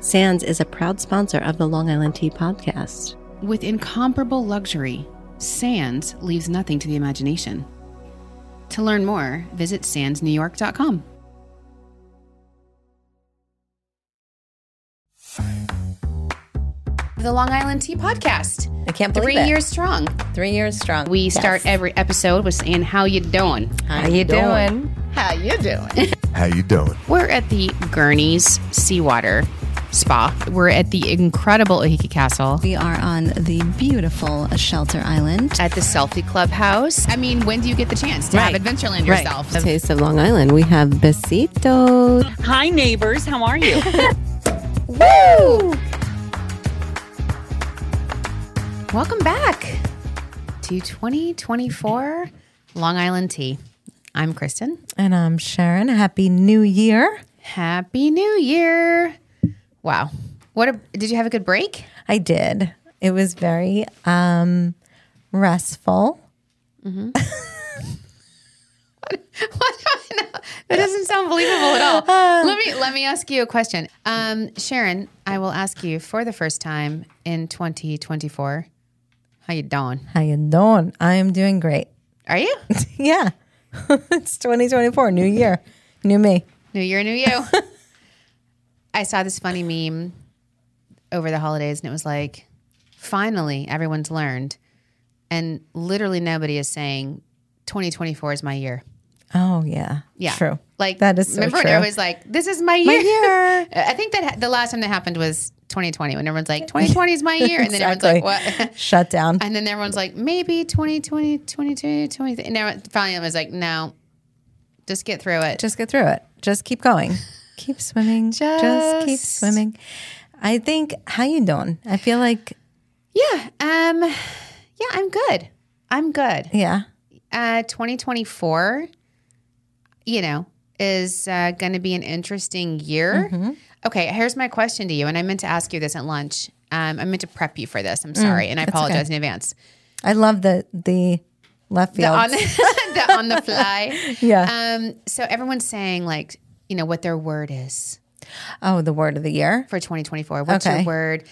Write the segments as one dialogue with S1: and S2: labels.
S1: Sands is a proud sponsor of the Long Island Tea podcast.
S2: With incomparable luxury, Sands leaves nothing to the imagination. To learn more, visit sandsnewyork.com. The Long Island Tea Podcast,
S1: I can't believe
S2: three
S1: it.
S2: years strong.
S1: Three years strong.
S2: We
S1: Yes.
S2: start every episode with saying, "How you doing?
S1: How you doing?
S2: How you doing?"
S3: How you doing?
S2: We're at the Gurney's Seawater Spa. We're at the incredible Ahiki Castle.
S4: We are on the beautiful Shelter Island.
S2: At the Selfie Clubhouse. I mean, when do you get the chance to have Adventureland yourself?
S1: Taste of Long Island. We have besitos.
S5: Hi, neighbors. How are you?
S2: Welcome back to 2024 Long Island Tea. I'm Kristen.
S4: And I'm Sharon. Happy New Year.
S2: Happy New Year. Wow. What a, did you have a good break?
S4: I did. It was very um, restful.
S2: That doesn't sound believable at all. Let me let me ask you a question. Um, Sharon, I will ask you for the first time in 2024. How you doing?
S4: How you doing? I am doing great.
S2: Are you?
S4: Yeah. it's 2024, new year, new me.
S2: New year, new you. I saw this funny meme over the holidays and it was like, finally, everyone's learned. And literally nobody is saying 2024 is my year.
S4: Oh, yeah.
S2: Yeah.
S4: True.
S2: Like,
S4: that is so
S2: remember
S4: true.
S2: when everyone's like, this is my year?
S4: year.
S2: I think that ha- the last time that happened was 2020 when everyone's like, 2020 is my year. And then everyone's like, what?
S4: Shut down.
S2: and then everyone's like, maybe 2020, 2022, 20. And everyone- finally, I was like, no, just get through it.
S4: just get through it. Just keep going. Keep swimming. Just, keep
S2: Just-
S4: swimming. I think how you doing? I feel like
S2: Yeah. Um yeah, I'm good. I'm good.
S4: yeah.
S2: Uh 2024 you know is uh, going to be an interesting year. Okay, here's my question to you and I meant to ask you this at lunch. Um, I meant to prep you for this. I'm sorry and I apologize in advance.
S4: I love the the left
S2: The
S4: field.
S2: on the on the fly.
S4: yeah.
S2: Um so everyone's saying like, you know, what their word is
S4: oh, the word of the year.
S2: for 2024. What's
S4: Okay. Hmm.
S2: your word?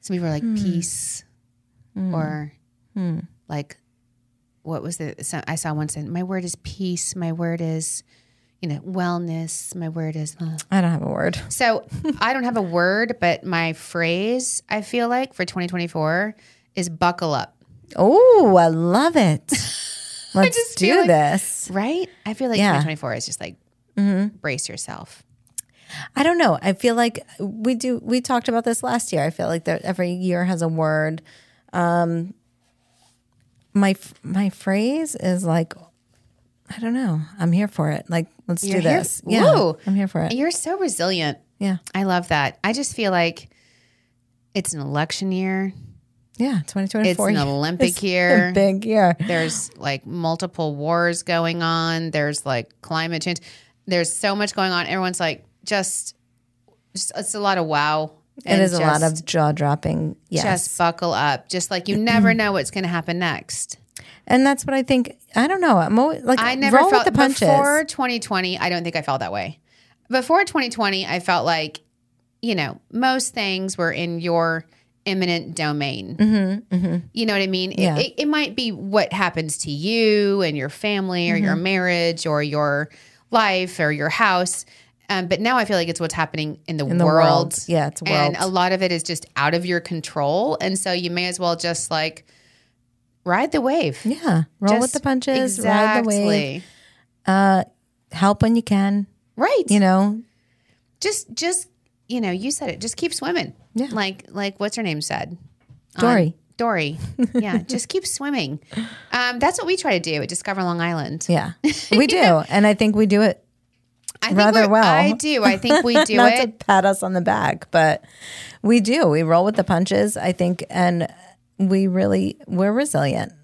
S2: Some people are like peace or like what was the so I saw one said my word is peace, my word is you know wellness, my word is uh."
S4: I don't have a word.
S2: So I don't have a word, but my phrase I feel like for 2024 is buckle up.
S4: Oh, I love it. Let's
S2: just
S4: do
S2: feel like-
S4: this.
S2: Right? I feel like
S4: Yeah. Mm-hmm.
S2: 2024 is just like brace yourself.
S4: I don't know. I feel like we do. We talked about this last year. I feel like that every year has a word. Um, my f- my phrase is like, I don't know. I'm here for it. Like, let's
S2: You're
S4: do
S2: here-
S4: this. Yeah,
S2: Whoa.
S4: I'm here for it.
S2: You're so resilient.
S4: Yeah,
S2: I love that. I just feel like it's an election year.
S4: yeah. 2024.
S2: It's an
S4: year.
S2: Olympic
S4: It's
S2: year.
S4: A big year.
S2: There's like multiple wars going on. There's like climate change. There's so much going on. Everyone's like just, just it's a lot of wow.
S4: It
S2: And
S4: is a lot
S2: just-
S4: of jaw dropping. Yes.
S2: just buckle up. Just like you never know what's going to happen next.
S4: And that's what I think. I don't know. I'm always, like
S2: I never
S4: roll
S2: felt
S4: with the punches.
S2: before 2020. I don't think I felt that way. Before 2020, I felt like you know most things were in your imminent domain.
S4: Mm-hmm.
S2: You know what I mean? It-
S4: Yeah.
S2: It, it might be what happens to you and your family or your
S4: Mm-hmm.
S2: marriage or your life or your house. Um, but now I feel like it's what's happening in the,
S4: the
S2: world.
S4: world. Yeah, it's
S2: And
S4: world.
S2: a lot of it is just out of your control. And so you may as well just like ride the wave.
S4: yeah, roll with
S2: Just-
S4: the punches. Ride the wave.
S2: exactly.
S4: Help when you can.
S2: Right.
S4: You know.
S2: just just you know, you said it. Just keep swimming.
S4: Yeah.
S2: Like like what's her name said. on-
S4: Dory.
S2: Dory. Yeah. just keep swimming. Um, that's what we try to do at Discover Long Island.
S4: Yeah, we do, and I think we do it
S2: I think
S4: rather
S2: we're-
S4: well.
S2: I do. I think we do
S4: Not
S2: it.
S4: to pat us on the back, but we do. We roll with the punches. I think, and we really we're resilient.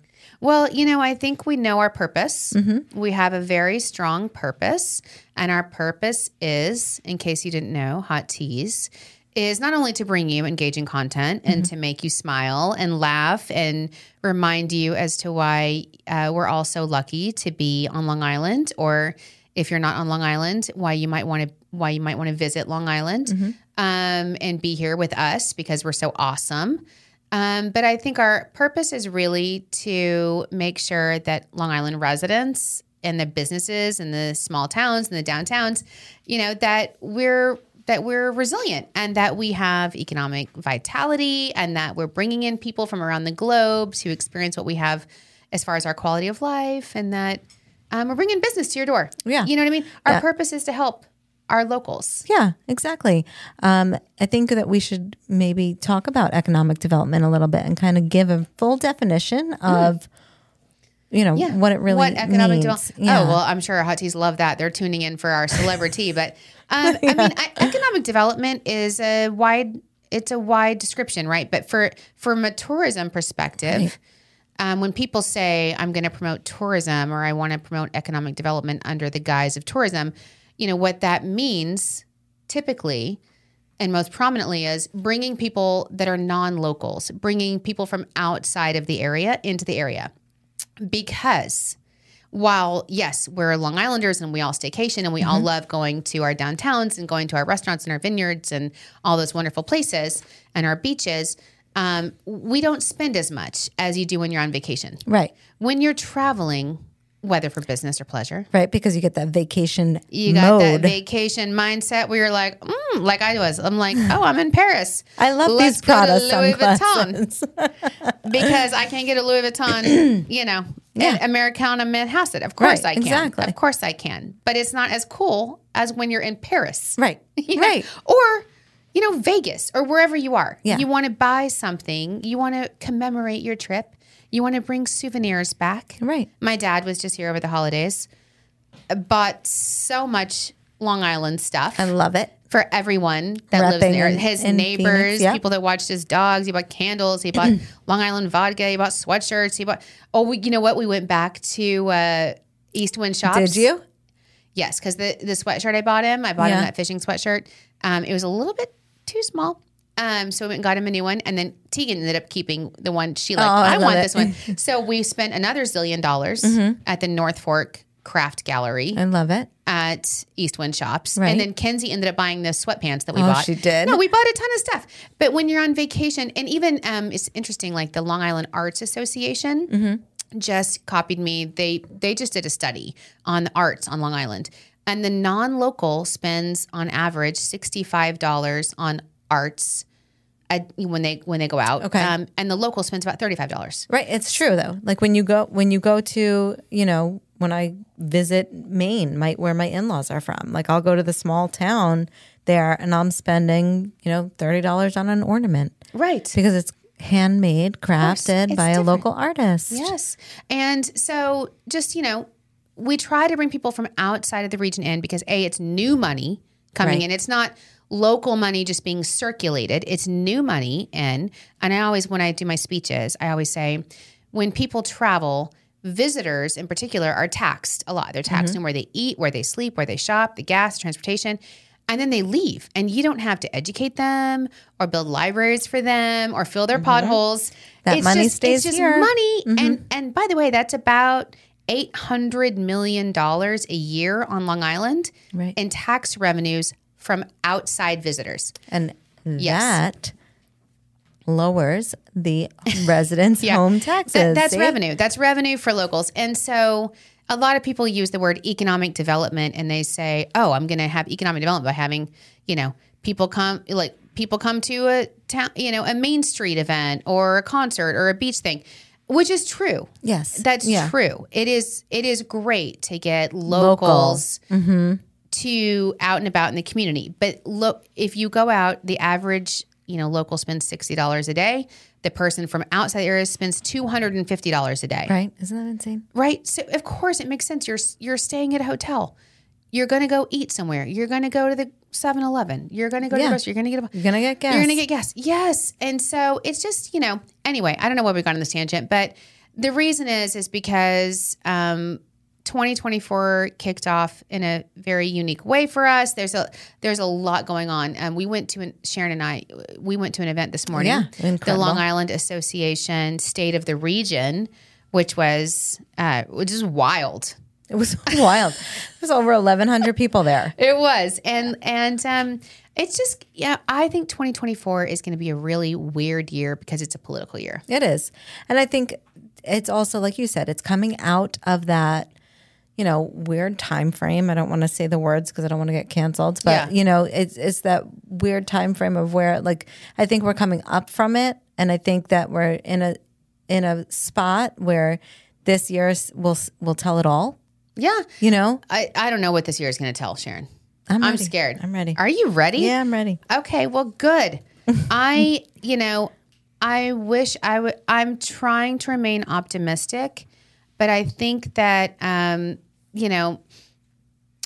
S2: Well, you know, I think we know our purpose.
S4: Mm-hmm.
S2: We have a very strong purpose. And our purpose is, in case you didn't know, hot teas is not only to bring you engaging content and
S4: Mm-hmm.
S2: to make you smile and laugh and remind you as to why uh, we're all so lucky to be on Long Island or if you're not on Long Island, why you might want to why you might want to visit Long Island
S4: Mm-hmm.
S2: um, and be here with us because we're so awesome. Um, but I think our purpose is really to make sure that Long Island residents and the businesses and the small towns and the downtowns, you know, that we're that we're resilient and that we have economic vitality and that we're bringing in people from around the globe to experience what we have as far as our quality of life and that um, we're bringing business to your door.
S4: Yeah.
S2: You know what I mean? Our purpose is to help our locals.
S4: Yeah, exactly. Um, I think that we should maybe talk about economic development a little bit and kind of give a full definition of, you know, what it really
S2: Hmm. What economic
S4: means.
S2: development?
S4: Yeah.
S2: Oh well, I'm sure hot teas love that. They're tuning in for our celebrity, but um, I mean, I, economic development is a wide. It's a wide description, right? But for from a tourism perspective, um, when people say I'm going to promote tourism or I want to promote economic development under the guise of tourism, you know what that means typically and most prominently is bringing people that are non-locals, bringing people from outside of the area into the area because while yes, we're Long Islanders and we all staycation and we all love going to our downtowns and going to our restaurants and our vineyards and all those wonderful places and our beaches, um, we don't spend as much as you do when you're on vacation.
S4: right,
S2: When you're traveling, whether for business or pleasure,
S4: right, because you get that vacation
S2: you got that
S4: mode.
S2: vacation mindset where you're like, mm, like I was. I'm like, oh, I'm in Paris.
S4: I love
S2: Let's
S4: these
S2: go to
S4: Prada
S2: Louis Vuitton
S4: sunglasses.
S2: because I can't get a Louis Vuitton, you know,
S4: Yeah.
S2: at Americana Manhasset. Of course
S4: Right,
S2: I can.
S4: exactly.
S2: Of course I can. But it's not as cool as when you're in Paris.
S4: right,
S2: You know?
S4: right.
S2: Or, you know, Vegas or wherever you are.
S4: Yeah.
S2: You want to buy something, you want to commemorate your trip, you want to bring souvenirs back.
S4: Right.
S2: My dad was just here over the holidays, bought so much Long Island stuff
S4: I love it.
S2: for everyone that lives
S4: Repping
S2: there.
S4: in-
S2: His
S4: in
S2: neighbors,
S4: Phoenix, yeah.
S2: people that watched his dogs. He bought candles. He bought Long Island vodka. He bought sweatshirts. He bought. Oh, we, you know what? We went back to uh, East Wind Shops.
S4: Did you?
S2: Yes, because the the sweatshirt I bought him, I bought him
S4: Yeah.
S2: that fishing sweatshirt. Um, it was a little bit too small. Um, so we went and got him a new one, and then Tegan ended up keeping the one she liked.
S4: Oh, I
S2: I,
S4: love
S2: want
S4: it. Mm-hmm.
S2: this one. so we spent another zillion dollars at the North Fork Craft Gallery
S4: I love it.
S2: at East Wind Shops.
S4: Right.
S2: And then Kenzie ended up buying those sweatpants that we
S4: Oh,
S2: bought.
S4: she did?
S2: No, we bought a ton of stuff. But when you're on vacation, and even um, it's interesting, like the Long Island Arts Association
S4: Mm-hmm.
S2: just copied me. They they just did a study on the arts on Long Island. And the non-local spends on average $65 on arts at, when they when they go out.
S4: Okay.
S2: Um, and the local spends about $35.
S4: Right, it's true though. Like when you go when you go to, you know, when I visit Maine, my where my in-laws are from. Like I'll go to the small town there and I'm spending, you know, $30 on an ornament
S2: Right.
S4: because it's handmade, crafted
S2: it's
S4: by
S2: different.
S4: a local artist.
S2: Yes. And so just, you know, we try to bring people from outside of the region in because A, it's new money coming
S4: Right.
S2: in. It's not local money just being circulated. It's new money in. And I always when I do my speeches, I always say when people travel, visitors in particular are taxed a lot. They're taxed
S4: Mm-hmm.
S2: on where they eat, where they sleep, where they shop, the gas, transportation. And then they leave, and you don't have to educate them or build libraries for them or fill their potholes.
S4: Mm-hmm. That money
S2: just,
S4: stays
S2: it's just
S4: here.
S2: money money.
S4: Mm-hmm.
S2: And and by the way, that's about eight hundred million dollars a year on Long Island
S4: Right.
S2: in tax revenues from outside visitors.
S4: And
S2: Yes.
S4: that lowers the residents'
S2: Yeah.
S4: home
S2: That-
S4: taxes.
S2: that's
S4: see?
S2: revenue. That's revenue for locals. And so a lot of people use the word economic development and they say, "Oh, I'm going to have economic development by having, you know, people come like people come to a town, you know, a Main Street event or a concert or a beach thing." Which is true.
S4: Yes.
S2: That's
S4: Yeah.
S2: true. It is it is great to get locals
S4: Mm-hmm.
S2: to out and about in the community. But look, if you go out, the average you know local spends sixty dollars a day. The person from outside the area spends two hundred and fifty dollars a day. Right.
S4: Right? Isn't that insane?
S2: So of course it makes sense. You're you're staying at a hotel. You're going to go eat somewhere. You're going to go to the 7-Eleven. You're going to go to
S4: Yeah.
S2: the restaurant. You're going to get a
S4: You're going to get gas.
S2: you're gonna get gas. Yes. And so it's just, you know, anyway, I don't know why we got on this tangent, but the reason is is because um 2024 kicked off in a very unique way for us. There's a there's a lot going on. Um, we went to an Sharon and I we went to an event this morning.
S4: Yeah,
S2: the
S4: incredible.
S2: Long Island Association State of the Region, which was uh, which is wild.
S4: It was wild. There's over 1,100 people there.
S2: It was, and and um, it's just yeah. I think 2024 is going to be a really weird year because it's a political year.
S4: It is. And I think it's also like you said, it's coming out of that, you know, weird time frame. I don't want to say the words because I don't want to get canceled, but
S2: Yeah.
S4: you know, it's it's that weird time frame of where like I think we're coming up from it and I think that we're in a in a spot where this year s- will s- will tell it all,
S2: Yeah,
S4: you know?
S2: I I don't know what this year is going to tell Sharon.
S4: I'm,
S2: I'm
S4: ready.
S2: scared.
S4: I'm ready.
S2: Are you ready?
S4: Yeah, I'm ready.
S2: Okay, well, good. I, you know, I wish I would. I'm trying to remain optimistic, but I think that, um, you know,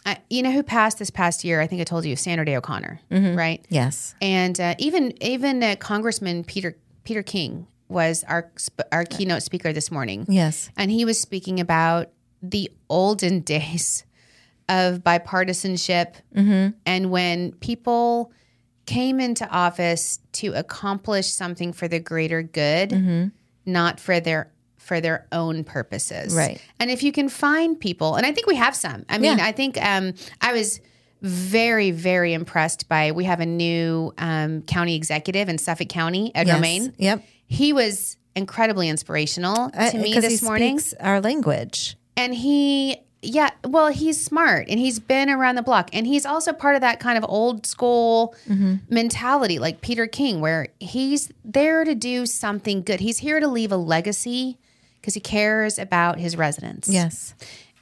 S2: I, you know who passed this past year? I think I told you, Sandra Day O'Connor,
S4: Mm-hmm.
S2: right?
S4: Yes.
S2: And uh, even even uh, Congressman Peter Peter King was our sp- our keynote speaker this morning
S4: Yes.
S2: and he was speaking about the olden days of bipartisanship and when people came into office to accomplish something for the greater good not for their for their own purposes
S4: Right.
S2: and if you can find people and i think we have some i mean
S4: Yeah.
S2: i think um, i was very very impressed by we have a new um, county executive in suffolk county ed
S4: Yes.
S2: romaine
S4: Yep.
S2: he was incredibly inspirational to
S4: Uh,
S2: me
S4: 'cause
S2: this
S4: he
S2: morning.
S4: speaks our language.
S2: And he, yeah, well, he's smart and he's been around the block. And he's also part of that kind of old school
S4: Mm-hmm.
S2: mentality, like Peter King, where he's there to do something good. He's here to leave a legacy because he cares about his residents.
S4: Yes.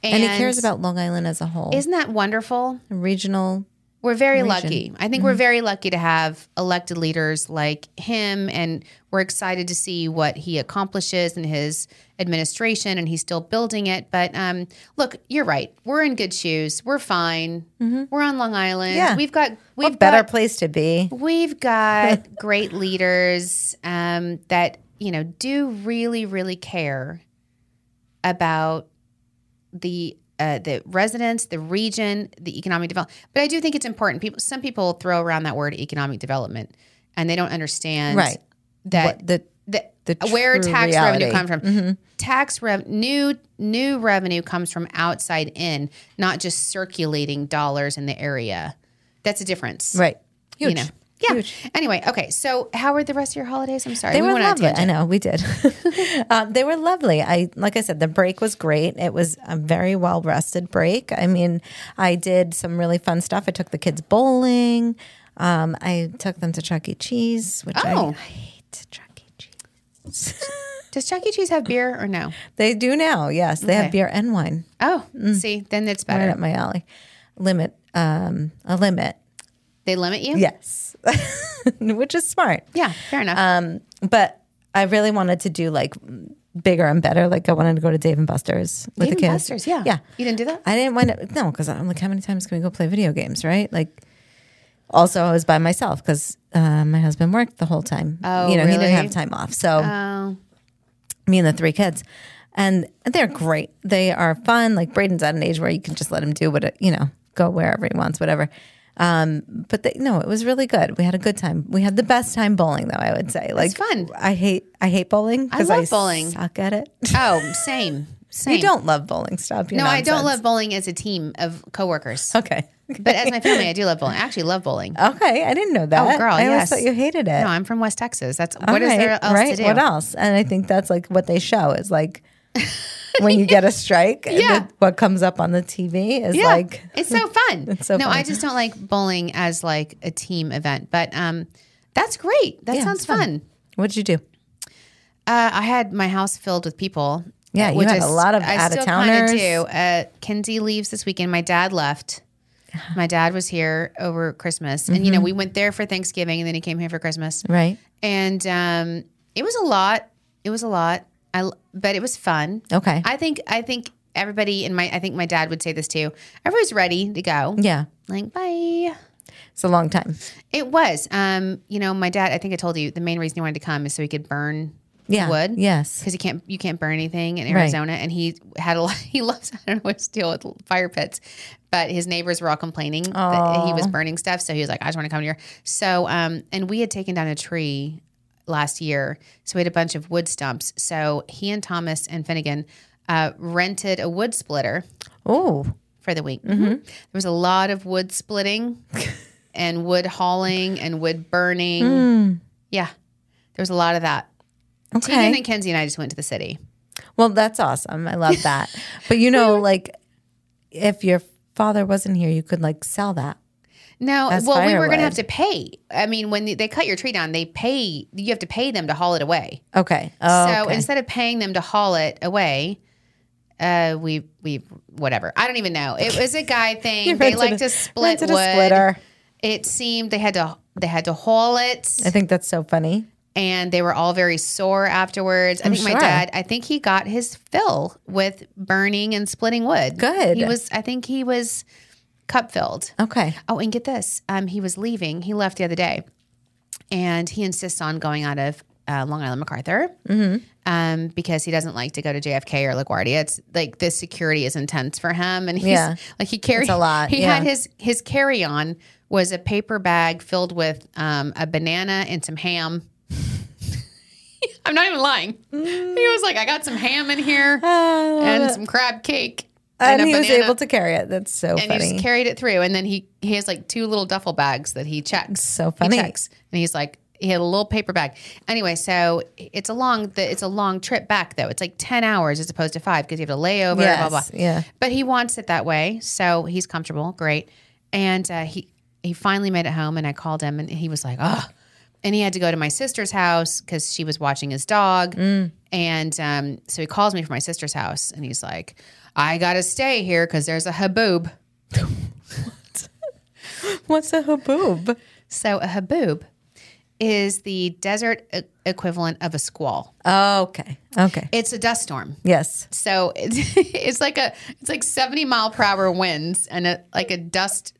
S4: And, he cares about Long Island as a whole.
S2: Isn't that wonderful?
S4: regional
S2: We're very lucky. I think we're
S4: Mm-hmm.
S2: very lucky to have elected leaders like him, and we're excited to see what he accomplishes in his administration, and he's still building it. But um, look, you're right. We're in good shoes. We're fine. We're on Long Island.
S4: Mm-hmm. Yeah.
S2: We've got we've
S4: a better
S2: got,
S4: place to be.
S2: We've got great leaders um, that you know do really, really care about the uh, the residents, the region, the economic development. But I do think it's important. People, some people throw around that word economic development, and they don't understand
S4: Right.
S2: that
S4: What the
S2: that
S4: the
S2: where
S4: true
S2: tax
S4: reality.
S2: revenue
S4: Mm-hmm.
S2: comes from. Tax rev new new revenue comes from outside in, not just circulating dollars in the area. That's a difference,
S4: right.
S2: you know. Yeah. Anyway, okay. So, how were the rest of your holidays? I'm sorry.
S4: They were
S2: went on a
S4: lovely. I
S2: tangent.
S4: know we did. um, they were lovely. I like I said, the break was great. It was a very well rested break. I mean, I did some really fun stuff. I took the kids bowling. Um, I took them to Chuck E. Cheese, which I-
S2: Oh.
S4: I, hate Chuck E. Cheese.
S2: Does Chuck E. Cheese have beer or no?
S4: They do now. Yes, they
S2: Okay.
S4: have beer and wine
S2: Oh,
S4: mm.
S2: see, then it's
S4: right
S2: better.
S4: up my alley. Limit um, a limit.
S2: They limit you?
S4: Yes, which is smart.
S2: Yeah, fair enough.
S4: Uh, but I really wanted to do like bigger and better. Like I wanted to go to Dave and Buster's with
S2: Dave
S4: the
S2: and
S4: kids.
S2: Buster's, yeah.
S4: yeah.
S2: You didn't do that?
S4: I didn't want to. No, because I'm like, how many times can we go play video games, right? Like, also I was by myself because uh, my husband worked the whole time.
S2: Oh,
S4: you know, he
S2: really?
S4: didn't have time off. So
S2: Oh,
S4: me and the three kids. And they're great. They are fun. Like Braden's at an age where you can just let him do what, you know, go wherever he wants, whatever. Um, but they, no, it was really good. We had a good time. We had the best time bowling, though. I would say, like
S2: fun.
S4: I hate I hate bowling because I,
S2: love bowling.
S4: suck at it.
S2: oh, same, same.
S4: You don't love bowling, stop. Your
S2: No, I don't
S4: nonsense.
S2: love bowling as a team of coworkers.
S4: Okay,
S2: But as my family, I do love bowling. I actually love bowling.
S4: okay, I didn't know that.
S2: Oh, girl,
S4: I
S2: yes.
S4: always thought you hated it.
S2: No, I'm from West Texas. That's
S4: All
S2: what is there
S4: right,
S2: else
S4: right?
S2: to do?
S4: What else? And I think that's like what they show is like when you get a strike,
S2: Yeah.
S4: the- what comes up on the TV is
S2: Yeah,
S4: like
S2: it's so fun.
S4: so
S2: no,
S4: funny.
S2: I just don't like bowling as like a team event. But um, that's great. That
S4: Yeah,
S2: sounds
S4: it's
S2: fun.
S4: fun. What'd you do?
S2: Uh, I had my house filled with people.
S4: Yeah,
S2: uh,
S4: you
S2: which
S4: had a
S2: is-
S4: lot of
S2: I still kinda
S4: out-of-towners.
S2: do. Uh, Kinsey leaves this weekend. My dad left. My dad was here over Christmas, and
S4: Mm-hmm.
S2: you know we went there for Thanksgiving, and then he came here for Christmas.
S4: Right.
S2: And um, it was a lot. It was a lot. I l- but it was fun.
S4: Okay.
S2: I think I think everybody in my I think my dad would say this too. Everybody's ready to go.
S4: yeah.
S2: Like bye.
S4: It's a long time.
S2: It was. Um, you know, my dad. I think I told you the main reason he wanted to come is so he could burn
S4: Yeah.
S2: wood.
S4: Yes.
S2: because you can't you can't burn anything in
S4: Right.
S2: Arizona, and he had a lot. He loves I don't know what's deal with fire pits, but his neighbors were all complaining that he was burning stuff, so he was like, I just want to come here. So, um, and we had taken down a tree last year, so we had a bunch of wood stumps. So he and Thomas and Finnegan. uh, rented a wood splitter
S4: Oh,
S2: for the week. There was a lot of wood splitting and wood hauling and wood burning. Yeah, there was a lot of that.
S4: Mm. okay.
S2: Tegan and Kenzie and I just went to the city.
S4: Well, that's awesome. I love that. but you know, like if your father wasn't here, you could like sell that.
S2: No, well, we were going
S4: firewood.
S2: to have to pay. I mean, when they cut your tree down, they pay. You have to pay them to haul it away.
S4: Okay. Oh,
S2: so
S4: okay.
S2: instead of paying them to haul it away, uh, we we whatever. I don't even know. It was a guy
S4: You
S2: thing. they
S4: rented
S2: like
S4: a-
S2: to split
S4: rented
S2: wood.
S4: a splitter.
S2: It seemed they had to they had to haul it,
S4: I think that's so funny.
S2: and they were all very sore afterwards. i think my
S4: sure.
S2: dad. I think he got his fill with burning and splitting wood.
S4: Good.
S2: He was. I think he was cup filled.
S4: Okay.
S2: Oh, and get this. Um, he was leaving. He left the other day, and he insists on going out of uh, Long Island MacArthur
S4: Mm-hmm.
S2: um, because he doesn't like to go to JFK or LaGuardia. It's like the security is intense for him, and he's
S4: Yeah.
S2: like he carried
S4: It's a lot,
S2: He had
S4: yeah.
S2: his his carry on was a paper bag filled with um, a banana and some ham. I'm not even lying.
S4: Mm.
S2: He was like, I got some ham in here and some crab cake.
S4: Uh, And,
S2: a
S4: he was
S2: banana."
S4: able to carry it. That's so
S2: and he
S4: funny.
S2: just carried it through. And then he he has like two little duffel bags that he checks.
S4: So funny.
S2: He checks, and he's like he had a little paper bag. Anyway, so it's a long the, it's a long trip back though. It's like ten hours as opposed to five because you have to lay over. Blah blah.
S4: Yes,
S2: blah.
S4: yeah.
S2: But he wants it that way, so he's comfortable. Great. And uh, he he finally made it home, and I called him, and he was like, oh. And he had to go to my sister's house because she was watching his dog.
S4: Mm.
S2: And um, so he calls me from my sister's house, and he's like, I gotta stay here because there's a haboob.
S4: What's a haboob?
S2: So a haboob is the desert e- equivalent of a squall.
S4: Oh, okay. Okay.
S2: It's a dust storm.
S4: Yes.
S2: So it's, it's like a it's like 70 mile per hour winds and a like a dust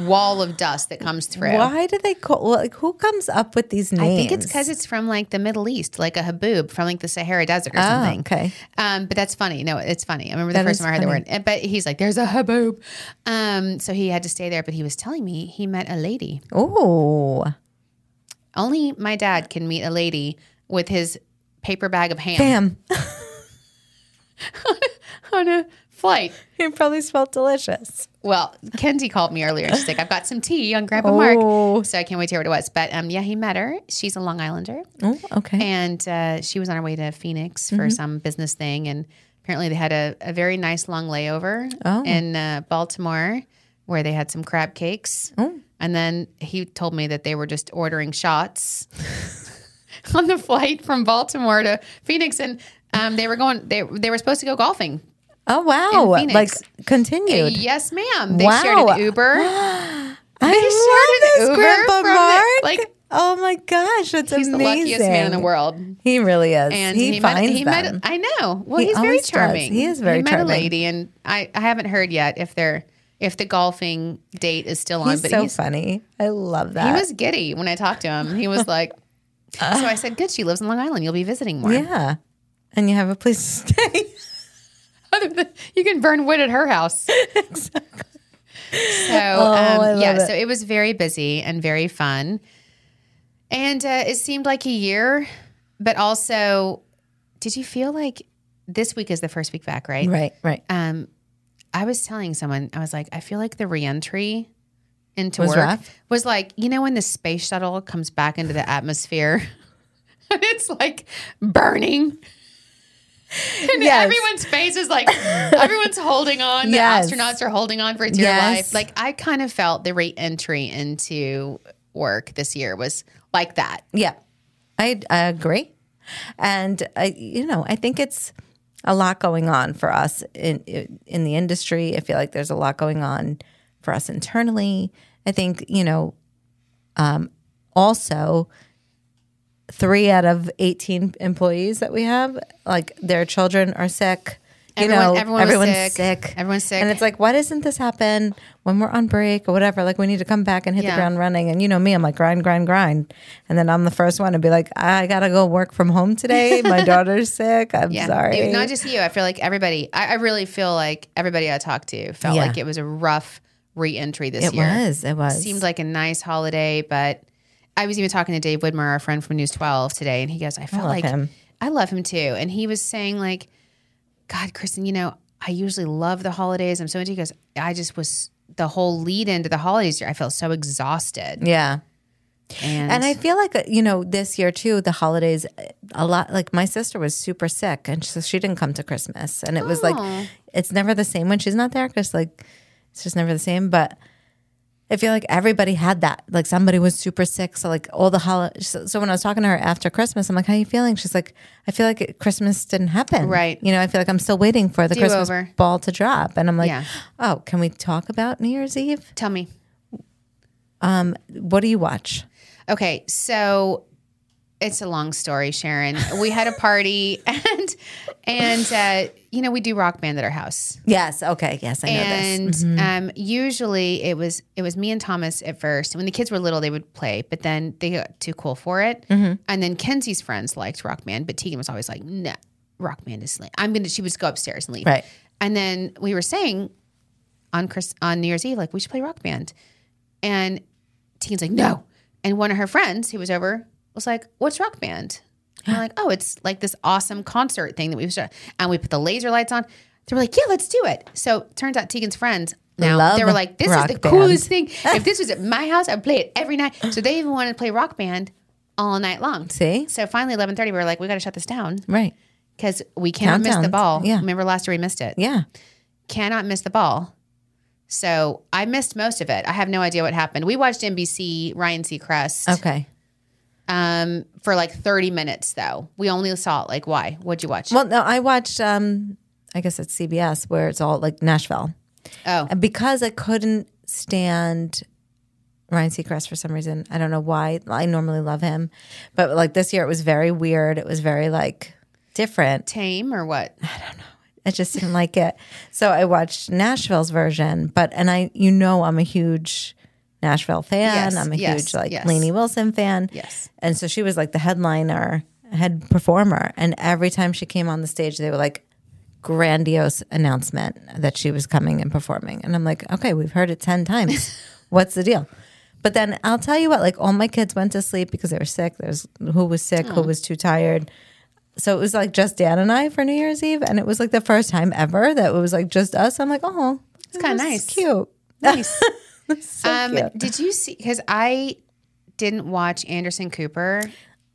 S2: wall of dust that comes through.
S4: Why do they call like who comes up with these names?
S2: I think it's because it's from like the Middle East, like a haboob from like the Sahara Desert or something.
S4: Oh, Ah, okay.
S2: Um, but that's funny. No, it's funny. I remember the
S4: That
S2: first
S4: is
S2: time I heard the word. Uh, But he's like, there's a haboob. Um, so he had to stay there. But he was telling me he met a lady.
S4: Oh.
S2: Only my dad can meet a lady with his paper bag of ham
S4: Bam.
S2: on a flight.
S4: it probably smelled delicious.
S2: Well, Kenzie called me earlier. She's like, I've got some tea on Grandpa
S4: Oh.
S2: Mark. So I can't wait to hear what it was. But um, yeah, he met her. She's a Long Islander.
S4: Oh, okay.
S2: And uh, she was on her way to Phoenix for
S4: Mm-hmm.
S2: some business thing. And apparently they had a, a very nice long layover
S4: Oh.
S2: in uh, Baltimore where they had some crab cakes.
S4: Oh.
S2: And then he told me that they were just ordering shots on the flight from Baltimore to Phoenix. And um, they were going, they, they were supposed to go golfing.
S4: oh wow.
S2: in
S4: Like
S2: Phoenix.
S4: continued.
S2: Yes, ma'am. They
S4: Wow.
S2: shared an Uber.
S4: I
S2: shared
S4: love
S2: an
S4: this
S2: Uber
S4: Grandpa
S2: from the-
S4: Mark.
S2: like-
S4: oh my gosh, that's
S2: He's
S4: amazing.
S2: the luckiest man in the world.
S4: He really is.
S2: And
S4: he,
S2: he,
S4: finds
S2: met, he
S4: them.
S2: met. I know. Well,
S4: He
S2: he's very
S4: always does.
S2: charming.
S4: He is very
S2: he met
S4: charming.
S2: a lady, and I, I haven't heard yet if they're if the golfing date is still on.
S4: he's
S2: but
S4: so
S2: he's,
S4: funny. I love that.
S2: he was giddy when I talked to him. He was like, "So I said, good. She lives in Long Island. You'll be visiting more.
S4: yeah, and you have a place to stay.
S2: Other than- you can burn wood at her house. So
S4: Oh, I
S2: um, yeah,
S4: love it.
S2: so it was very busy and very fun, and uh, it seemed like a year, but also, did you feel like this week is the first week back, right?
S4: right, right.
S2: Um, I was telling someone, I was like, I feel like the reentry into
S4: Was
S2: work
S4: rough?
S2: was like, you know, when the space shuttle comes back into the atmosphere, and it's like burning. And
S4: Yes.
S2: everyone's face is like everyone's holding on. The
S4: Yes.
S2: astronauts are holding on for dear
S4: Yes.
S2: life. Like I kind of felt the re-entry into work this year was like that.
S4: Yeah, I, I agree. And I, you know, I think it's a lot going on for us in in the industry. I feel like there's a lot going on for us internally. I think you know, um, also three out of eighteen employees that we have, like their children are sick. You
S2: Everyone-
S4: know,
S2: everyone was
S4: everyone's
S2: sick.
S4: sick.
S2: Everyone's sick.
S4: and it's like, why doesn't this happen when we're on break or whatever? Like, we need to come back and hit the
S2: Yeah.
S4: ground running. And you know me, I'm like grind, grind, grind. And then I'm the first one to be like, I gotta go work from home today. My daughter's sick. I'm
S2: Yeah.
S4: sorry.
S2: It- Not just you. I feel like everybody, I, I really feel like everybody I talked to felt
S4: Yeah.
S2: like it was a rough reentry this
S4: it
S2: year.
S4: was. It was.
S2: Seemed like a nice holiday, but I was even talking to Dave Widmer, our friend from News 12 today, and he goes, I felt
S4: love
S2: like
S4: him.
S2: I love him too. And he was saying, like, God, Kristen, you know, I usually love the holidays. I'm so into you guys. I just was the whole lead into the holidays. I felt so exhausted.
S4: Yeah.
S2: And,
S4: And I feel like, uh, you know, this year too, the holidays, uh, a lot like my sister was super sick and so she didn't come to Christmas. And it was
S2: Oh.
S4: like, it's never the same when she's not there because, like, it's just never the same. But I feel like everybody had that. Like, somebody was super sick. So, like, all the holidays. So, so when I was talking to her after Christmas, I'm like, how you feeling? She's like, I feel like it- Christmas didn't happen.
S2: Right.
S4: You know, I feel like I'm still waiting for the
S2: Do
S4: Christmas
S2: over.
S4: ball to drop. And I'm like,
S2: Yeah.
S4: oh, can we talk about New Year's Eve?
S2: tell me.
S4: What do you watch?
S2: Okay, so it's a long story, Sharon. We had a party and and uh, you know, we do rock band at our house.
S4: Yes. Okay. Yes. I know this. Mm-hmm.
S2: and um, usually it was it was me and Thomas at first. When the kids were little, they would play, but then they got too cool for it.
S4: Mm-hmm.
S2: And then Kenzie's friends liked rock band, but Tegan was always like, "No, rock band is lame. I'm gonna." She would go upstairs and leave.
S4: Right.
S2: And then we were saying on Chris on New Year's Eve, like we should play rock band, and Tegan's like, "No." And one of her friends who was over was like, "What's rock band?" And I'm like, "Oh, it's like this awesome concert thing that we've done." And we put the laser lights on. They were like, "Yeah, let's do it." So turns out Tegan's friends now
S4: Love
S2: they were like, "This is
S4: rock
S2: the
S4: band."
S2: coolest thing. if this was at my house, I'd play it every night." So they even wanted to play rock band all night long.
S4: See?
S2: So finally, eleven thirty, we were like, "We got to shut this down."
S4: Right.
S2: Because we cannot miss the
S4: Countdowns.
S2: ball.
S4: Yeah.
S2: Remember last year we missed it
S4: Yeah.
S2: cannot miss the ball. So I missed most of it. I have no idea what happened. We watched NBC Ryan Seacrest
S4: Okay.
S2: um, for like 30 minutes, though. We only saw it. Like, why? What'd you watch?
S4: Well, no, I watched. Um, I guess it's CBS where it's all like Nashville,
S2: oh,
S4: and because I couldn't stand Ryan Seacrest for some reason, I don't know why. I normally love him, but like this year, it was very weird. It was very like different.
S2: tame or what?
S4: I just didn't like it, so I watched Nashville's version. But and I, you know, I'm a huge Nashville fan.
S2: Yes,
S4: I'm a
S2: yes,
S4: huge like
S2: yes.
S4: Lainey Wilson fan.
S2: Yes.
S4: And so she was like the headliner, head performer. And every time she came on the stage, they were like, grandiose announcement that she was coming and performing. And I'm like, okay, we've heard it 10 times. What's the deal? But then I'll tell you what, like all my kids went to sleep because they were sick. There's who was sick, who was too tired. So it was like just Dan and I for New Year's Eve. And it was like the first time ever that it was like just us. I'm like, oh, it's
S2: kinda nice.
S4: Cute.
S2: Nice.
S4: So
S2: um,
S4: cute.
S2: did you see? Because I didn't watch Anderson Cooper.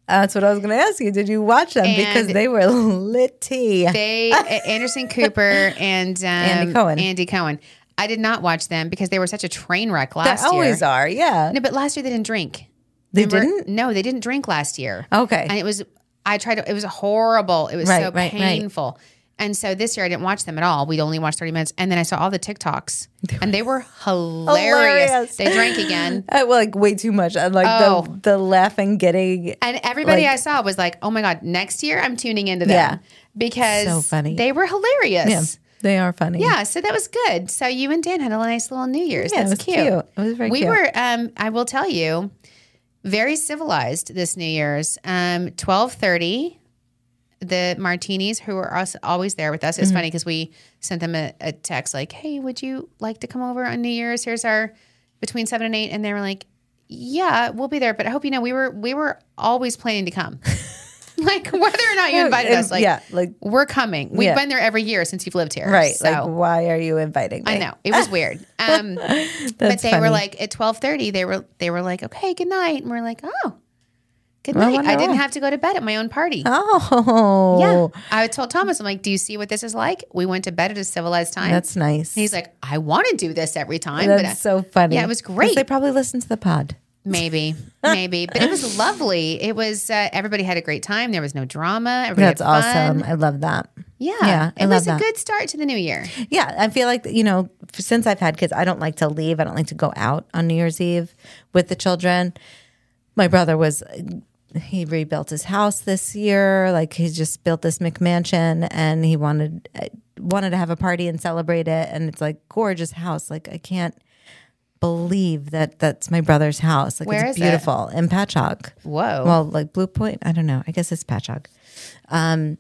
S4: That's what I was going to ask you. Did you watch them? Because
S2: And-
S4: they were litty.
S2: They, A- Anderson Cooper and um, Andy
S4: Cohen.
S2: Andy Cohen. I did not watch them because they were such a train wreck
S4: They
S2: last year.
S4: always are. Yeah.
S2: No, but last year they didn't drink.
S4: They
S2: Remember-
S4: didn't?
S2: No, they didn't drink last year.
S4: Okay.
S2: And it was, I tried to, it was horrible. It was
S4: Right,
S2: so
S4: right, right.
S2: painful. And so this year I didn't watch them at all. We'd only watched 30 minutes. And then I saw all the TikToks and they were hilarious.
S4: Hilarious.
S2: They drank again.
S4: Uh, well, like way too much. I like
S2: Oh.
S4: the the laughing, getting
S2: And everybody
S4: Like-
S2: I saw was like, oh my God, next year I'm tuning into them.
S4: Yeah.
S2: Because
S4: So funny.
S2: they were
S4: yeah,
S2: hilarious.
S4: they are funny.
S2: Yeah. so that was good. So you and Dan had a nice little New Year's.
S4: Yeah, it
S2: That's
S4: was cute. It was very
S2: we
S4: cute.
S2: were um i will tell you very civilized this new year's um 1230 the martinis who are us always there with us
S4: Mm-hmm.
S2: it's funny because we sent them a, a text like hey would you like to come over on new year's here's our between seven and eight and they were like yeah we'll be there but i hope you know we were we were always planning to come like whether or not you invited
S4: It-
S2: us like
S4: yeah, like
S2: we're coming we've
S4: Yeah.
S2: been there every year since you've lived here
S4: right.
S2: so
S4: Like, why are you inviting me?
S2: i know it was weird um but
S4: That's
S2: they were
S4: funny.
S2: like at twelve thirty. They were they were like, okay, good night, and we're like, oh, good
S4: Well,
S2: night. I
S4: wonder
S2: didn't
S4: why.
S2: have to go to bed at my own party.
S4: oh,
S2: Yeah, I told Thomas, I'm like, do you see what this is like? We went to bed at a civilized time.
S4: that's nice.
S2: and he's like, I want to do this every time.
S4: that's
S2: but I-
S4: so funny.
S2: Yeah, it was
S4: 'Cause
S2: great.
S4: They probably listened to the pod.
S2: Maybe, maybe, but it was lovely. It was uh, everybody had a great time. There was no drama. Everybody
S4: That's
S2: had fun.
S4: awesome. I love that.
S2: Yeah,
S4: Yeah, I
S2: it was
S4: love
S2: a
S4: that.
S2: good start to the new year.
S4: Yeah, I feel like you know, since I've had kids, I don't like to leave. I don't like to go out on New Year's Eve with the children. My brother was he rebuilt his house this year. Like he just built this McMansion, and he wanted uh, wanted to have a party and celebrate it. And it's like gorgeous house. Like I can't believe that that's my brother's house. Like
S2: Where
S4: it's
S2: is it?
S4: beautiful in Patchogue.
S2: Whoa.
S4: Well, like Blue Point. I don't know. I guess it's Patchogue. Um,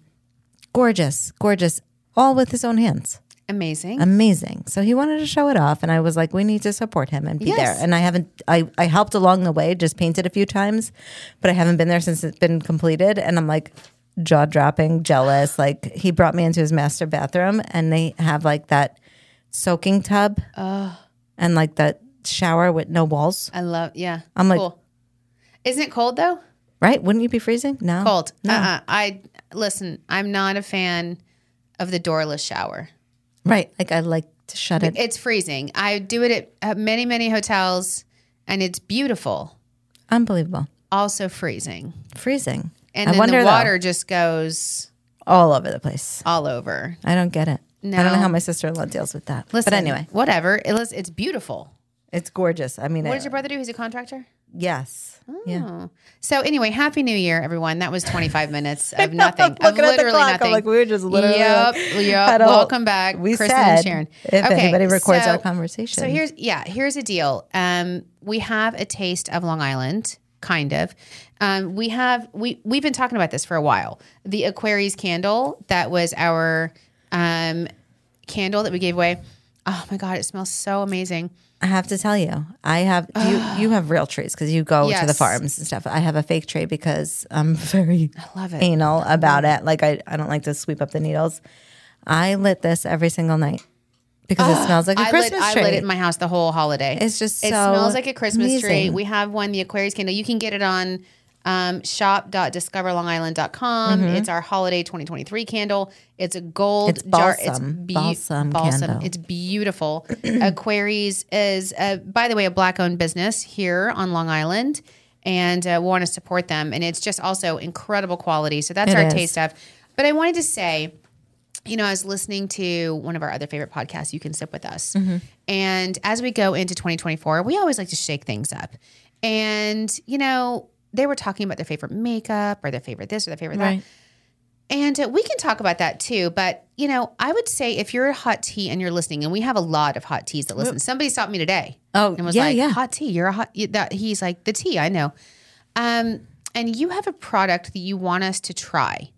S4: gorgeous, gorgeous. All with his own hands
S2: Amazing.
S4: amazing. So he wanted to show it off, and I was like, we need to support him and be
S2: Yes.
S4: there. And I haven't, I, I helped along the way, just painted a few times, but I haven't been there since it's been completed. And I'm like, jaw dropping, jealous. Like he brought me into his master bathroom and they have like that soaking tub and like that shower with no walls.
S2: I love. Yeah.
S4: I'm like-
S2: cool. isn't it cold though?
S4: Right? Wouldn't you be freezing? Oh, No.
S2: Cold. Uh-uh. I listen. I'm not a fan of the doorless shower.
S4: Right. Like I like to shut it.
S2: It's freezing. I do it at- at many many hotels, and it's beautiful.
S4: Unbelievable.
S2: Also freezing,
S4: Freezing.
S2: and
S4: I
S2: then
S4: wonder
S2: the
S4: though,
S2: water just goes
S4: all over the place.
S2: all over.
S4: I don't get it. I don't
S2: No.
S4: know how my sister in law deals with that.
S2: Listen,
S4: but anyway,
S2: whatever. It was, it's beautiful.
S4: it's gorgeous. I mean,
S2: What
S4: I-
S2: does your brother do? He's a contractor.
S4: yes. Yeah.
S2: Oh. So anyway, happy New Year, everyone. That was 25 minutes of nothing.
S4: I'm looking
S2: of
S4: at the
S2: literally
S4: clock. I'm
S2: nothing.
S4: like, we were just literally
S2: Yep,
S4: like-
S2: yep.
S4: had a whole-
S2: Welcome back,
S4: We
S2: Kristen
S4: said
S2: and Sharon.
S4: if anybody records
S2: so-
S4: our conversation.
S2: So here's yeah, here's a deal. Um, we have a taste of Long Island, kind of. Um, we have we we've been talking about this for a while. The Aquarius candle that was our um candle that we gave away. Oh my god, it smells so amazing.
S4: I have to tell you, I have you. You have real trees because you go to the
S2: Yes.
S4: farms and stuff. I have a fake tree because I'm very
S2: love it.
S4: anal about it. Like I, I don't like to sweep up the needles. I lit this every single night because it smells like a
S2: I lit,
S4: Christmas
S2: I
S4: tree.
S2: lit it in my house the whole holiday.
S4: It's just
S2: it
S4: so
S2: smells like a Christmas tree.
S4: amazing.
S2: We have one, the Aquarius candle. You can get it on um, shop.discoverlongisland.com. It's our holiday 2023 candle. It's a gold
S4: Mm-hmm. It's
S2: jar.
S4: balsam. Balsam candle.
S2: It's beautiful. Aquarius is, uh, by the way, a black owned business here on Long Island. And uh, we want to support them. And it's just also incredible quality. So that's
S4: It
S2: our
S4: is.
S2: taste of. But I wanted to say, you know, I was listening to one of our other favorite podcasts, You Can Sip With Us. And as we go into 2024, we always like to shake things up. And, you know, they were talking about their favorite makeup or their favorite this or their favorite
S4: Right.
S2: that. And uh, we can talk about that too. But, you know, I would say if you're a hot tea and you're listening, and we have a lot of hot teas that listen, somebody stopped me today
S4: Oh,
S2: and was
S4: yeah,
S2: like,
S4: yeah.
S2: hot tea, you're a hot, you- that, he's like, the tea, I know. Um, and you have a product that you want us to try.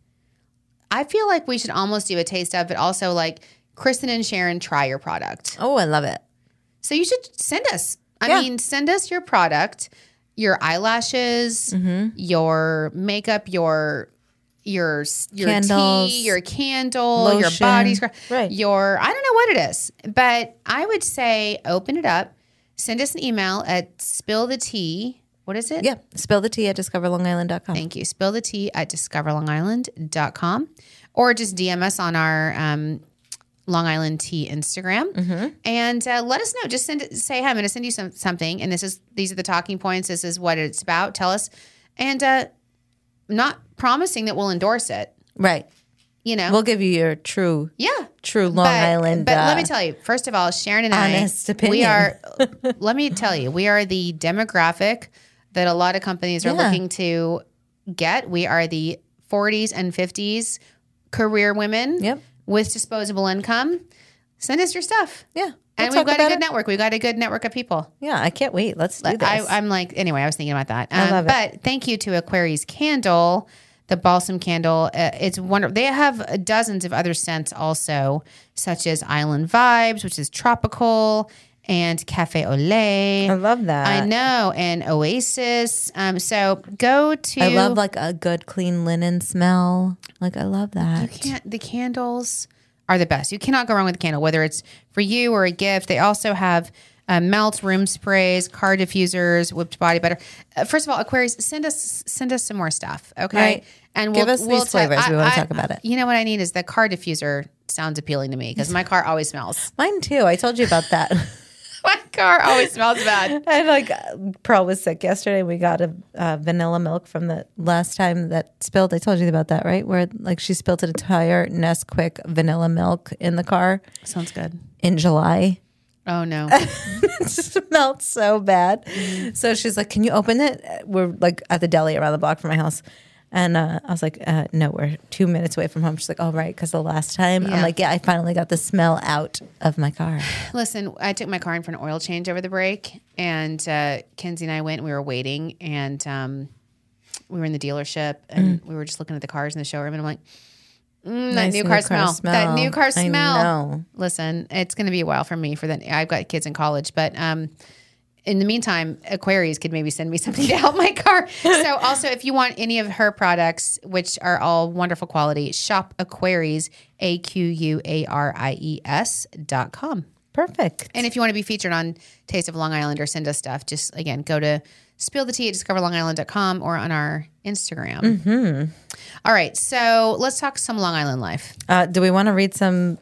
S2: I feel like we should almost do a taste of, but also like Kristen and Sharon try your product.
S4: Oh, I love it.
S2: So you should send us. I
S4: Yeah.
S2: mean, send us your product, your eyelashes,
S4: Mm-hmm.
S2: your makeup, your your your
S4: Candles,
S2: tea, your candle, your
S4: lotion.
S2: body scrub,
S4: Right.
S2: your I don't know what it is, but I would say open it up. Send us an email at spill the tea. What is it?
S4: Yeah. Spill the tea at discoverlongisland.com.
S2: Thank you. Spill the tea at discoverlongisland.com or just DM us on our um, Long Island Tea Instagram and uh, let us know. Just send say, hey, I'm going to send you some, something. And this is these are the talking points. This is what it's about. Tell us. And uh, not promising that we'll endorse it,
S4: Right.
S2: you know?
S4: We'll give you your true,
S2: yeah.
S4: true Long
S2: But,
S4: Island.
S2: but let
S4: uh,
S2: me tell you, first of all, Sharon and
S4: honest
S2: I, we
S4: opinion.
S2: are. let me tell you, we are the demographic that a lot of companies are
S4: Yeah.
S2: looking to get. We are the 40s and 50s career women
S4: Yep.
S2: with disposable income. Send us your stuff,
S4: Yeah. we'll
S2: and we've
S4: talk
S2: got a
S4: about
S2: good
S4: it.
S2: network. We've got a good network of people.
S4: Yeah, I can't wait. Let's do this.
S2: I, I'm like, anyway, I was thinking about that. Um,
S4: love it.
S2: But thank you to Aquarius Candle, the balsam candle. Uh, it's wonderful. They have dozens of other scents also, such as Island Vibes, which is tropical, and Cafe Olay.
S4: I love that.
S2: I know, and Oasis. Um, so go to.
S4: I love like a good clean linen smell. Like I love that.
S2: can the candles are the best. You cannot go wrong with a candle, whether it's for you or a gift. They also have uh, melts, room sprays, car diffusers, whipped body butter. Uh, first of all, Aquarius, send us send us some more stuff, okay?
S4: Right.
S2: And
S4: Give us these
S2: ta-
S4: flavors. We wanna
S2: I-
S4: talk about it.
S2: You know what I need is the car diffuser. Sounds appealing to me because my car always smells.
S4: Mine too. I told you about that.
S2: My car always smells bad.
S4: I like uh, Pearl was sick yesterday. We got a uh, vanilla milk from the last time that spilled. I told you about that, right? Where like she spilled an entire Nesquik vanilla milk in the car
S2: Sounds good.
S4: in July.
S2: Oh no.
S4: it smelled so bad.
S2: Mm-hmm.
S4: So she's like, "Can you open it?" We're like at the deli around the block from my house, and uh, I was like, uh, "No, we're two minutes away from home." She's like, "All right," because the last time
S2: Yeah.
S4: I'm like, "Yeah, I finally got the smell out of my car."
S2: Listen, I took my car in for an oil change over the break, and uh, Kenzie and I went. and We were waiting, and um, we were in the dealership, and we were just looking at the cars in the showroom. And I'm like, mm, that
S4: Nice
S2: new, car, smell. that new car
S4: I
S2: smell.
S4: know.
S2: Listen, it's going to be a while for me. For that, I've got kids in college, but um, in the meantime, Aquarius could maybe send me something to help my car. So, also, if you want any of her products, which are all wonderful quality, shop Aquaries, A Q U A R I E S dot com.
S4: Perfect.
S2: And if you want to be featured on Taste of Long Island or send us stuff, just again, go to spill the tea at discoverlongisland.com or on our Instagram.
S4: Mm-hmm.
S2: All right. So, let's talk some Long Island life.
S4: Uh, do we want to read some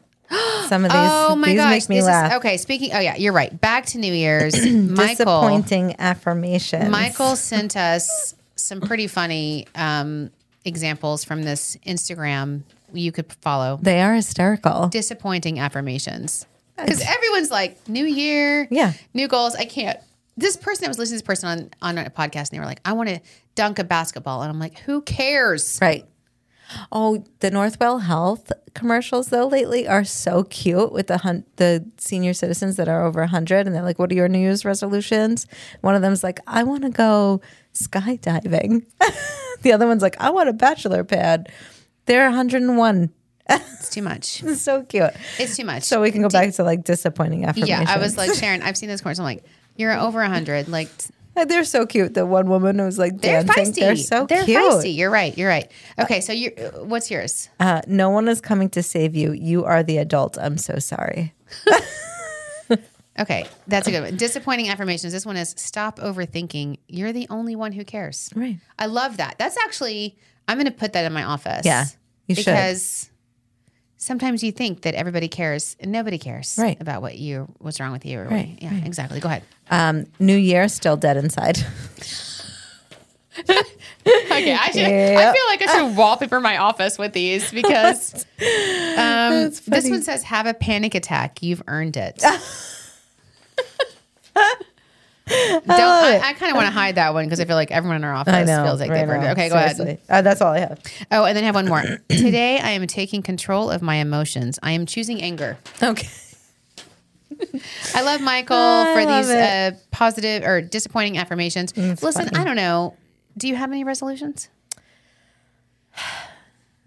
S4: some of these?
S2: Oh my
S4: these
S2: gosh.
S4: make me
S2: this
S4: laugh.
S2: Is, okay. Speaking, oh yeah, you're right. Back to New Year's. Michael.
S4: Disappointing affirmations.
S2: Michael sent us some pretty funny um, examples from this Instagram you could follow.
S4: They are hysterical.
S2: Disappointing affirmations. Because everyone's like, new year,
S4: Yeah.
S2: new goals. I can't. This person, I was listening to this person on, on a podcast and they were like, I want to dunk a basketball. And I'm like, who cares?
S4: Right. Oh, the Northwell Health commercials though lately are so cute with the hun- the senior citizens that are over 100 and they're like what are your new year's resolutions? One of them's like I want to go skydiving. the other one's like I want a bachelor pad. They're 101.
S2: It's too much.
S4: It's so cute.
S2: It's too much.
S4: So we can go back to like disappointing
S2: yeah,
S4: affirmations.
S2: I was like, Sharon, I've seen this course. I'm like, you're over 100. Like,
S4: Uh, they're so cute. The one woman was like
S2: they're
S4: dancing.
S2: feisty.
S4: They're so
S2: they're
S4: cute.
S2: feisty. You're right. You're right. Okay. So, you what's yours?
S4: Uh, no one is coming to save you. You are the adult. I'm so sorry.
S2: Okay, that's a good one. Disappointing affirmations. This one is stop overthinking. You're the only one who cares.
S4: Right.
S2: I love that. That's actually I'm going to put that in my office.
S4: Yeah, you should.
S2: because sometimes you think that everybody cares and nobody cares
S4: Right.
S2: about what you what's wrong with you. Or what-
S4: Right,
S2: yeah. Exactly. Go ahead.
S4: Um, New Year still dead inside.
S2: Okay. I should. I
S4: Yep.
S2: feel like I should wallpaper my office with these because um, this
S4: funny.
S2: one says have a panic attack. You've earned it. Don't,
S4: Oh.
S2: I, I kind of want to hide that one because I feel like everyone in our office feels like they've earned it. Okay, go ahead.
S4: Uh, that's all I have.
S2: Oh, and then I have one more. Today, I am taking control of my emotions. I am choosing anger.
S4: Okay.
S2: I love Michael
S4: I
S2: for these
S4: love Mm,
S2: uh, positive or disappointing affirmations. Listen,
S4: funny.
S2: I don't know. Do you have any resolutions?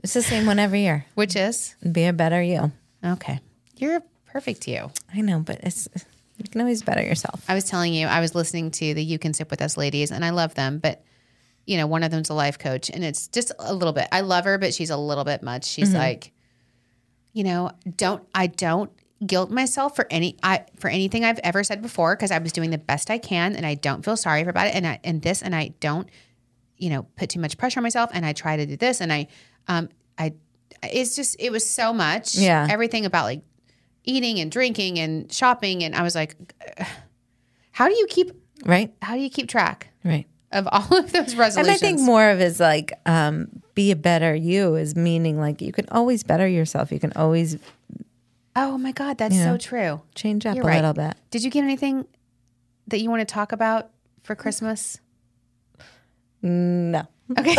S4: It's the same one every year.
S2: Which is
S4: Be a better you.
S2: okay. You're perfect. You.
S4: I know, but it's you can always better yourself.
S2: I was telling you, I was listening to the You Can Sip With Us ladies, and I love them, but you know, one of them's a life coach, and it's just a little bit. I love her, but she's a little bit much. She's
S4: Mm-hmm.
S2: like, you know, don't I don't guilt myself for any I for anything I've ever said before because I was doing the best I can, and I don't feel sorry for about it, and I and this, and I don't, you know, put too much pressure on myself, and I try to do this, and I, um, I, it's just it was so much,
S4: Yeah.
S2: everything about like eating and drinking and shopping, and I was like, how do you keep
S4: Right.
S2: how do you keep track
S4: Right.
S2: of all of those resolutions?
S4: And I think more of is like um, be a better you is meaning like you can always better yourself. You can always
S2: oh my god, that's so true.
S4: change up
S2: You're
S4: a
S2: right.
S4: little bit.
S2: Did you get anything that you want to talk about for Christmas?
S4: No.
S2: Okay.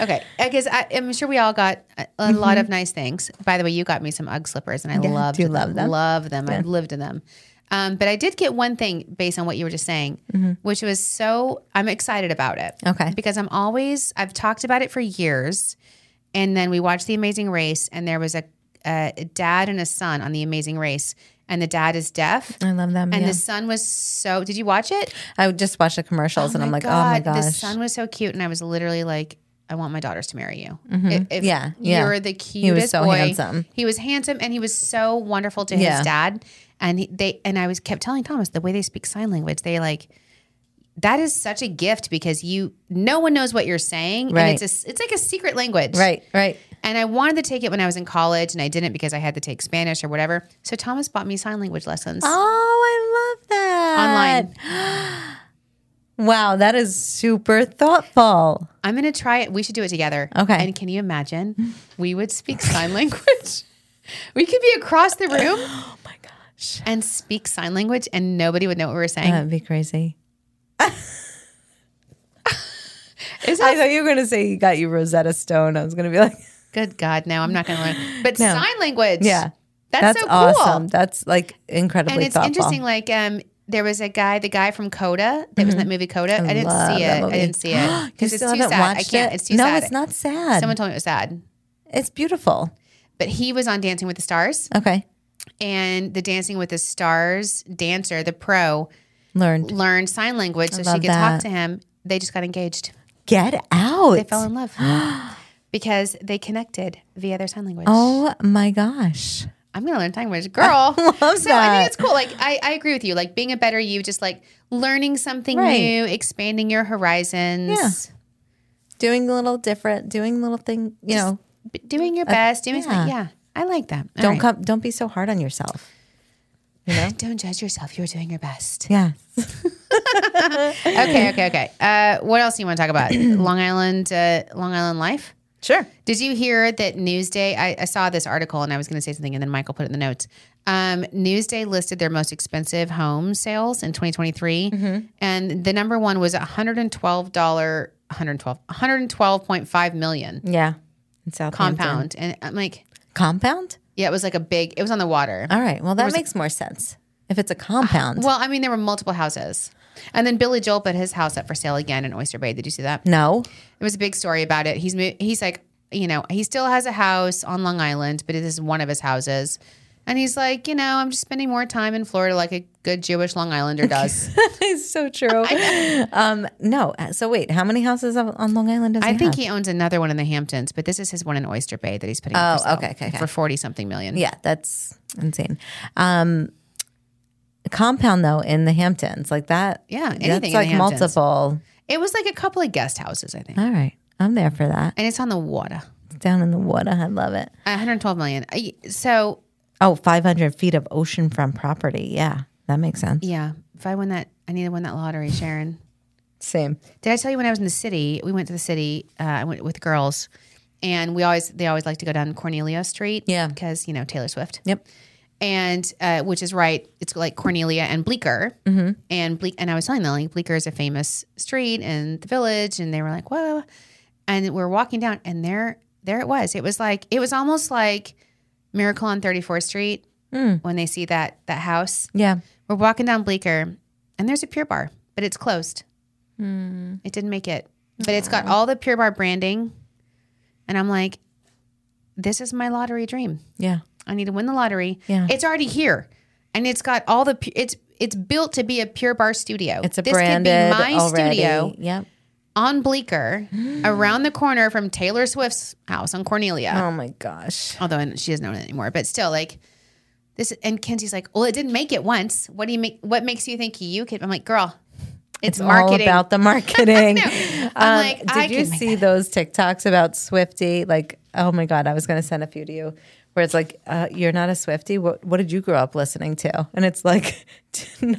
S2: okay. I guess I, I'm sure we all got a, a lot of nice things. By the way, you got me some UGG slippers, and I
S4: Mm-hmm. Yeah,
S2: loved
S4: do you
S2: them.
S4: love them?
S2: Love them. I've lived in them. Um, but I did get one thing based on what you were just saying,
S4: Mm-hmm.
S2: which was so I'm excited about it.
S4: Okay.
S2: Because I'm always I've talked about it for years, and then we watched The Amazing Race, and there was a, a dad and a son on The Amazing Race, and the dad is deaf.
S4: I love them.
S2: And
S4: yeah.
S2: the son was so. Did you watch it?
S4: I would just watch the commercials and I'm like, oh my gosh.
S2: the son was so cute, and I was literally like, I want my daughters to marry you. If, if
S4: Mm-hmm. Yeah, yeah.
S2: You're the cutest.
S4: so
S2: boy.
S4: handsome.
S2: He was handsome, and he was so wonderful to
S4: Yeah.
S2: his dad. And he, they and I was kept telling Thomas the way they speak sign language. They like that is such a gift because you no one knows what you're saying,
S4: Right.
S2: and it's a, it's like a secret language,
S4: Right, right.
S2: And I wanted to take it when I was in college, and I didn't because I had to take Spanish or whatever. So Thomas bought me sign language lessons.
S4: Oh, I love that.
S2: Online.
S4: Wow, that is super thoughtful.
S2: I'm gonna try it. We should do it together.
S4: Okay.
S2: And can you imagine? We would speak sign language. We could be across the room. oh my gosh. And speak sign language, and nobody would know what we were saying.
S4: That'd be crazy.
S2: Is
S4: I
S2: that
S4: thought you were gonna say you got you Rosetta Stone. I was gonna be like,
S2: good? God, no, I'm not gonna learn. But sign language.
S4: yeah,
S2: That's,
S4: that's
S2: so cool.
S4: awesome. That's like incredibly
S2: And it's
S4: thoughtful.
S2: interesting. Like, um, there was a guy, the guy from Coda, that was in that movie Coda. I, didn't
S4: Mm-hmm. Love
S2: see
S4: that
S2: it. I
S4: movie.
S2: didn't see it
S4: You
S2: because it's
S4: still
S2: too
S4: haven't
S2: sad. I
S4: watched
S2: can't.
S4: it?
S2: It's too
S4: no,
S2: sad.
S4: it's not sad.
S2: Someone told me it was sad,
S4: it's beautiful.
S2: but he was on Dancing with the Stars.
S4: Okay,
S2: and the Dancing with the Stars dancer, the pro,
S4: Learned.
S2: learned sign language so she
S4: love
S2: could
S4: that.
S2: talk to him. They just got engaged.
S4: Get out.
S2: They fell in love because they connected via their sign language.
S4: oh my gosh.
S2: I'm gonna learn sign language, girl.
S4: love
S2: so I
S4: that.
S2: think it's cool. Like I, I agree with you. Like being a better you, just like learning something
S4: Right.
S2: new, expanding your horizons.
S4: Yeah. Doing a little different, doing a little thing, you know.
S2: b- doing your best, doing
S4: Uh, yeah.
S2: something. Yeah, I like that. All
S4: Don't
S2: right.
S4: come don't be so hard on yourself.
S2: Don't judge yourself. You're doing your best.
S4: Yeah.
S2: okay, okay, okay. Uh, what else do you want to talk about? Long Island, uh, Long Island life.
S4: Sure.
S2: Did you hear that Newsday? I, I saw this article and I was going to say something, and then Michael put it in the notes. Um, Newsday listed their most expensive home sales in 2023, and the number one was 112 dollar, 112, 112.5 million
S4: Yeah. In South
S2: compound. And I'm like,
S4: Compound?
S2: yeah, it was like a big. It was on the water.
S4: All right. Well, that makes more sense. If it's a compound.
S2: Well, I mean, there were multiple houses. And then Billy Joel put his house up for sale again in Oyster Bay. Did you see that?
S4: no.
S2: It was a big story about it. He's mo- he's like, you know, he still has a house on Long Island, but it is one of his houses. And he's like, you know, I'm just spending more time in Florida like a good Jewish Long Islander does.
S4: it's so true. um, no. So wait, how many houses on- on Long Island does
S2: I
S4: he
S2: think
S4: have?
S2: he owns another one in the Hamptons, but this is his one in Oyster Bay that he's putting up
S4: Oh,
S2: for sale
S4: okay, okay, okay.
S2: for 40 something million.
S4: Yeah, that's insane. Um, compound though in the Hamptons, like that.
S2: Yeah, anything
S4: that's
S2: in the
S4: like
S2: Hamptons.
S4: multiple.
S2: It was like a couple of guest houses, I think.
S4: All right, I'm there for that.
S2: And it's on the water.
S4: Down in the water, I love it.
S2: 112 million. I- So,
S4: Oh, 500 feet of oceanfront property. Yeah, that makes sense.
S2: yeah, if I win that, I need to win that lottery, Sharon.
S4: Same.
S2: Did I tell you when I was in the city? We went to the city. Uh, I went with girls, and we always they always like to go down Cornelia Street.
S4: Yeah.
S2: because you know Taylor Swift.
S4: Yep.
S2: And uh, which is right, it's like Cornelia and Bleecker, and Bleak. And I was telling them like Bleecker is a famous street in the village, and they were like, "Whoa!" And we're walking down, and there, there it was. It was like it was almost like Miracle on Thirty Fourth Street when they see that that house.
S4: Hmm. Yeah.
S2: We're walking down Bleecker, and there's a Pure Bar, but it's closed.
S4: Hmm.
S2: It didn't make it, but it's got all the Pure Bar branding, and I'm like, this is my lottery dream.
S4: Yeah.
S2: I need to win the lottery.
S4: Yeah.
S2: it's already here, and it's got all the. pu- It's it's built to be a Pure Bar studio.
S4: It's a
S2: this
S4: branded
S2: could be my
S4: already.
S2: studio
S4: Yep.
S2: on Bleecker, around the corner from Taylor Swift's house on Cornelia
S4: Oh my gosh.
S2: although and she doesn't own it anymore but still like this and kenzie's like well it didn't make it once what do you make what makes you think you could i'm like girl it's,
S4: It's
S2: marketing
S4: all about the marketing.
S2: I'm
S4: Um,
S2: like,
S4: did
S2: I
S4: you
S2: can make
S4: see those TikToks about Swifty? Like, oh my God, I was going to send a few to you where it's like, uh, you're not a Swifty. What, what did you grow up listening to? And it's like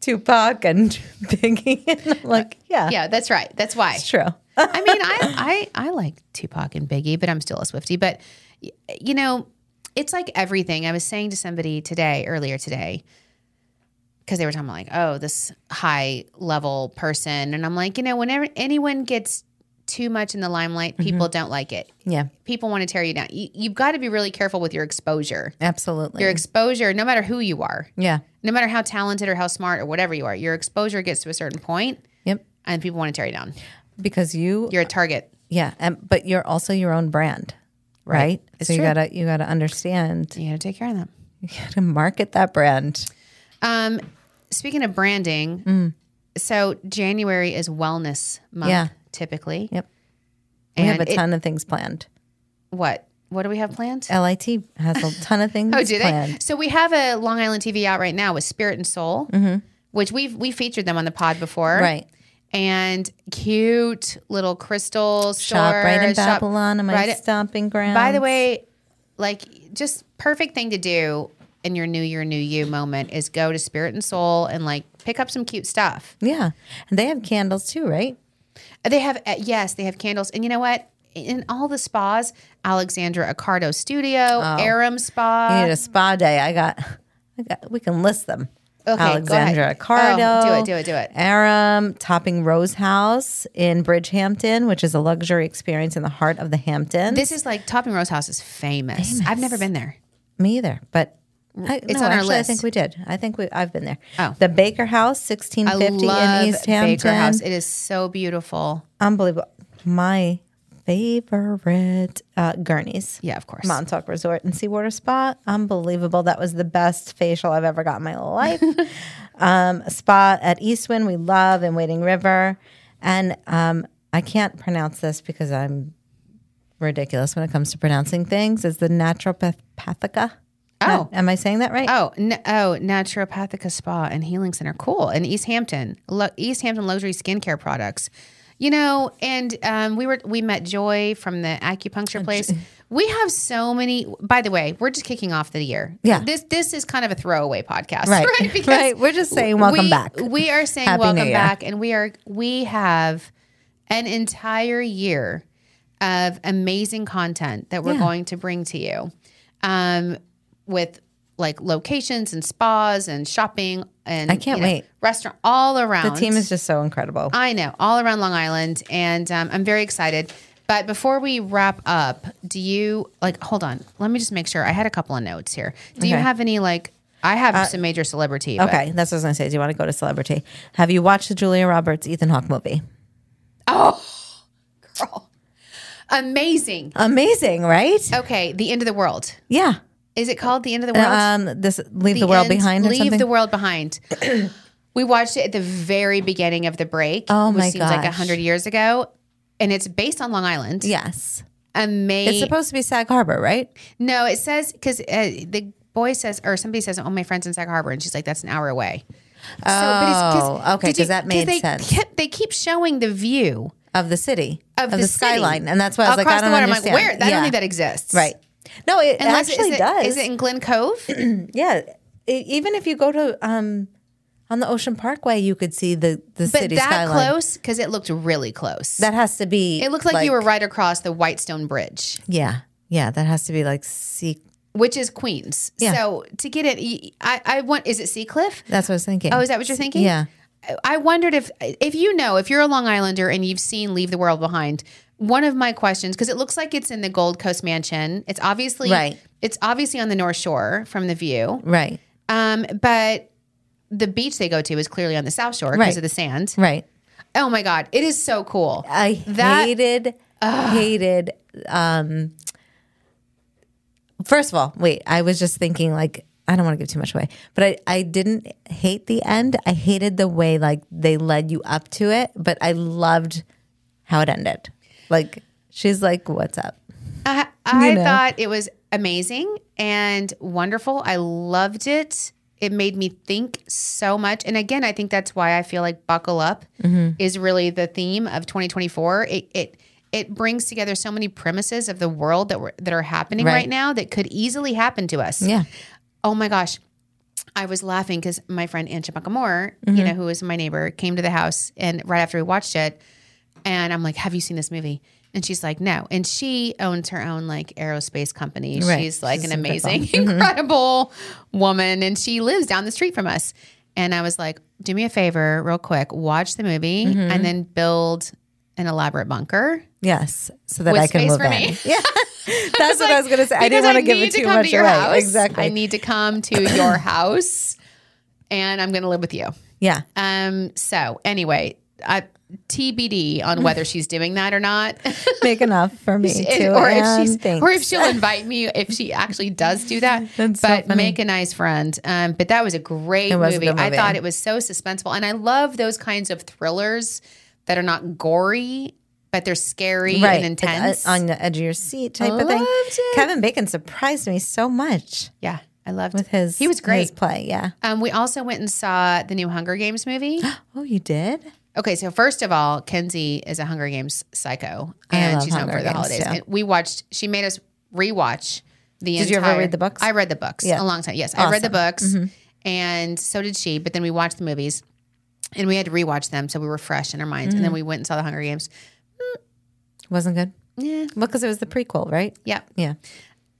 S4: Tupac and Biggie. And I'm like, Uh, yeah,
S2: yeah that's right that's why
S4: it's true.
S2: i mean I, I i like tupac and biggie but i'm still a swifty but y- you know it's like everything i was saying to somebody today earlier today because they were talking about like oh this high level person and i'm like you know whenever anyone gets too much in the limelight people don't like it
S4: Yeah,
S2: people want to tear you down. You, you've got to be really careful with your exposure.
S4: absolutely.
S2: Your exposure, no matter who you are,
S4: yeah.
S2: no matter how talented or how smart or whatever you are, your exposure gets to a certain point
S4: Yep.
S2: and people want to tear you down.
S4: Because you,
S2: You're a target.
S4: yeah, um, but you're also your own brand, right? So you
S2: true.
S4: gotta you gotta understand.
S2: You got to take care of them.
S4: You gotta market that brand.
S2: Um, speaking of branding, so January is wellness
S4: Mm.
S2: month
S4: Yeah.
S2: typically.
S4: Yep. We
S2: And
S4: have a
S2: it-
S4: ton of things planned.
S2: what? What do we have planned?
S4: LIT has a ton of things.
S2: Oh, do they?
S4: planned.
S2: So we have a Long Island TV out right now with Spirit and Soul, which we've we featured them on the pod before,
S4: Mm-hmm. Right.
S2: And cute little crystal
S4: shop right in
S2: stores, shop
S4: Babylon and my
S2: right at-
S4: stomping ground.
S2: By the way, like just perfect thing to do in your New Year, New You moment is go to Spirit and Soul and like pick up some cute stuff.
S4: yeah, and they have candles too, right?
S2: They have uh, yes, they have candles, and you know what? In all the spas, Alexandra Accardo Studio,
S4: Oh.
S2: Aram Spa,
S4: You need a spa day. I got, I got. We can list them.
S2: Okay, go
S4: Alexandra
S2: ahead.
S4: Accardo.
S2: Oh, do it, do it, do it.
S4: Aram topping Rose House in Bridgehampton, which is a luxury experience in the heart of the Hamptons.
S2: This is like Topping Rose House is famous. I've never been there.
S4: Me either, but I,
S2: It's
S4: no,
S2: on our
S4: actually, I
S2: list.
S4: think we did. I think we. I've been there.
S2: Oh.
S4: the Baker House, sixteen
S2: I
S4: fifty
S2: love
S4: in East Hampton.
S2: Baker House. It is so beautiful.
S4: Unbelievable. My favorite uh, Gurney's.
S2: Yeah, of course.
S4: Montauk Resort and Seawater Spa. Unbelievable. That was the best facial I've ever got in my life. um, a spa at Eastwind we love in Wading River, and um, I can't pronounce this because I'm ridiculous when it comes to pronouncing things. Is the Naturopathica?
S2: Oh.
S4: am I saying that right?
S2: Oh, n- oh, Naturopathica Spa and Healing Center. Cool. And East Hampton, lo- East Hampton luxury skincare products. You know, and um, we were we met Joy from the
S4: Oh,
S2: acupuncture place. We have so many. By the way, we're just kicking off the year.
S4: Yeah.
S2: this this is kind of a throwaway podcast,
S4: Right.
S2: right?
S4: Right. We're just saying welcome
S2: we-
S4: back.
S2: We are saying
S4: Happy New
S2: welcome
S4: Year.
S2: back, and we are we have an entire year of amazing content that we're going to bring to you, um, with like locations and spas and shopping and
S4: I can't
S2: you know,
S4: wait.
S2: restaurant all around.
S4: The team is just so incredible.
S2: I know all around Long Island, and um, I'm very excited. But before we wrap up, do you like? Hold on, let me just make sure. I had a couple of notes here. Do you
S4: Okay. Uh,
S2: have any like? I have some major celebrity. but-
S4: Okay, that's what I was gonna say. Do you want to go to celebrity? Have you watched the Julia Roberts Ethan Hawke movie?
S2: girl. Amazing.
S4: Amazing, right?
S2: Okay, the end of the world.
S4: Yeah.
S2: Is it called the end of the world?
S4: Um, this leave the, world
S2: End-
S4: behind or
S2: Leave
S4: something.
S2: the world behind. we watched it at the very beginning of the break.
S4: Oh
S2: which
S4: my
S2: seems like a
S4: gosh.
S2: hundred years ago, and it's based on Long Island.
S4: yes, it's
S2: amazing.
S4: supposed to be Sag Harbor, right?
S2: no, it says because uh, the boy says or somebody says, "Oh, my friend's in Sag Harbor," and she's like, "That's an hour away." So,
S4: Oh, okay,
S2: did you-
S4: 'cause that made
S2: they
S4: sense.
S2: Kept, they keep showing the view
S4: Of the city,
S2: of, the, city
S4: skyline, and that's why I was like,
S2: across
S4: I don't
S2: the water.
S4: understand.
S2: I'm like, where? I
S4: Yeah.
S2: don't think that exists.
S4: Right. No, it
S2: Unless
S4: actually
S2: is it,
S4: does.
S2: Is it in Glen Cove?
S4: yeah, E- even if you go to um, on the Ocean Parkway, you could see the the
S2: but
S4: city
S2: that
S4: skyline.
S2: close because it looked really close.
S4: That has to be.
S2: it looked like, you were right across the Whitestone Bridge,
S4: Yeah, yeah. That has to be like sea.
S2: which is Queens.
S4: Yeah.
S2: So to get it, y- I, I want. Is it Seacliff?
S4: That's what I was thinking.
S2: Oh, is that what you're thinking?
S4: Yeah.
S2: I- I wondered if if you know if you're a Long Islander and you've seen Leave the World Behind. One of my questions because it looks like it's in the Gold Coast Mansion. It's obviously
S4: Right.
S2: It's obviously on the North Shore from the view.
S4: Right.
S2: Um, but the beach they go to is clearly on the South Shore because
S4: Right.
S2: of the sand.
S4: Right.
S2: Oh my God, it is so cool.
S4: I
S2: That-
S4: hated, hated. Um, first of all, wait. I was just thinking, like, I don't want to give too much away, but I, I didn't hate the end. I hated the way like they led you up to it, but I loved how it ended. Like, she's like, "What's up?"
S2: I, I
S4: know.
S2: thought it was amazing and wonderful. I loved it. It made me think so much. And again, I think that's why I feel like Buckle Up
S4: Mm-hmm.
S2: is really the theme of 2024. It, it, it brings together so many premises of the world that, were, that are happening
S4: Right.
S2: right. now that could easily happen to us.
S4: Yeah.
S2: Oh my gosh. I was laughing because my friend Ann Chipaka Moore,
S4: Mm-hmm.
S2: you know, who is my neighbor, came to the house and right after we watched it, and I'm like, Have you seen this movie? And she's like, No. And she owns her own like aerospace company.
S4: Right.
S2: She's like
S4: She's
S2: an
S4: incredible. Mm-hmm.
S2: amazing, incredible woman. And she lives down the street from us. And I was like, Do me a favor, real quick, watch the movie
S4: Mm-hmm.
S2: and then build an elaborate bunker.
S4: Yes, so that
S2: With
S4: I can
S2: space
S4: move
S2: for
S4: in.
S2: me.
S4: Yeah, that's what I was gonna say. I
S2: Because
S4: didn't want to give
S2: need
S4: it too
S2: come
S4: much
S2: to your
S4: away.
S2: House.
S4: Exactly.
S2: I need to come to your house and I'm going to live with you.
S4: yeah,
S2: Um, so anyway, I, TBD on whether she's doing that or not,
S4: make enough for me
S2: And-
S4: too.
S2: or if
S4: and
S2: she's,
S4: thanks.
S2: or if she'll invite me if she actually does do that.
S4: That's so
S2: but
S4: funny.
S2: make a nice friend. Um, but that was a great
S4: It was a
S2: movie.
S4: good
S2: I
S4: movie.
S2: thought it was so suspenseful, and I love those kinds of thrillers that are not gory, but they're scary and
S4: like, uh,
S2: intense.
S4: on the edge of your seat type of thing.
S2: Loved it.
S4: Kevin Bacon surprised me so much
S2: yeah, I loved
S4: with his
S2: He was
S4: his
S2: great.
S4: play. Yeah.
S2: Um, we also went and saw the new Hunger Games movie.
S4: Oh, you did.
S2: Okay, so first of all, Kenzie is a Hunger Games psycho,
S4: I
S2: and
S4: love
S2: she's home
S4: Hunger
S2: for the
S4: Games,
S2: holidays.
S4: too.
S2: And we watched. She made us rewatch the.
S4: Did you
S2: entire,
S4: ever read the books?
S2: I read the books
S4: Yeah. Mm-hmm.
S2: a long time. Yes, I read the books, and so did she. But then we watched the movies, and we had to rewatch them, so we were fresh in our minds.
S4: Mm-hmm.
S2: And then we went and saw the Hunger Games.
S4: Wasn't good.
S2: Yeah,
S4: Well, because it was the prequel, right?
S2: yeah.
S4: Yeah.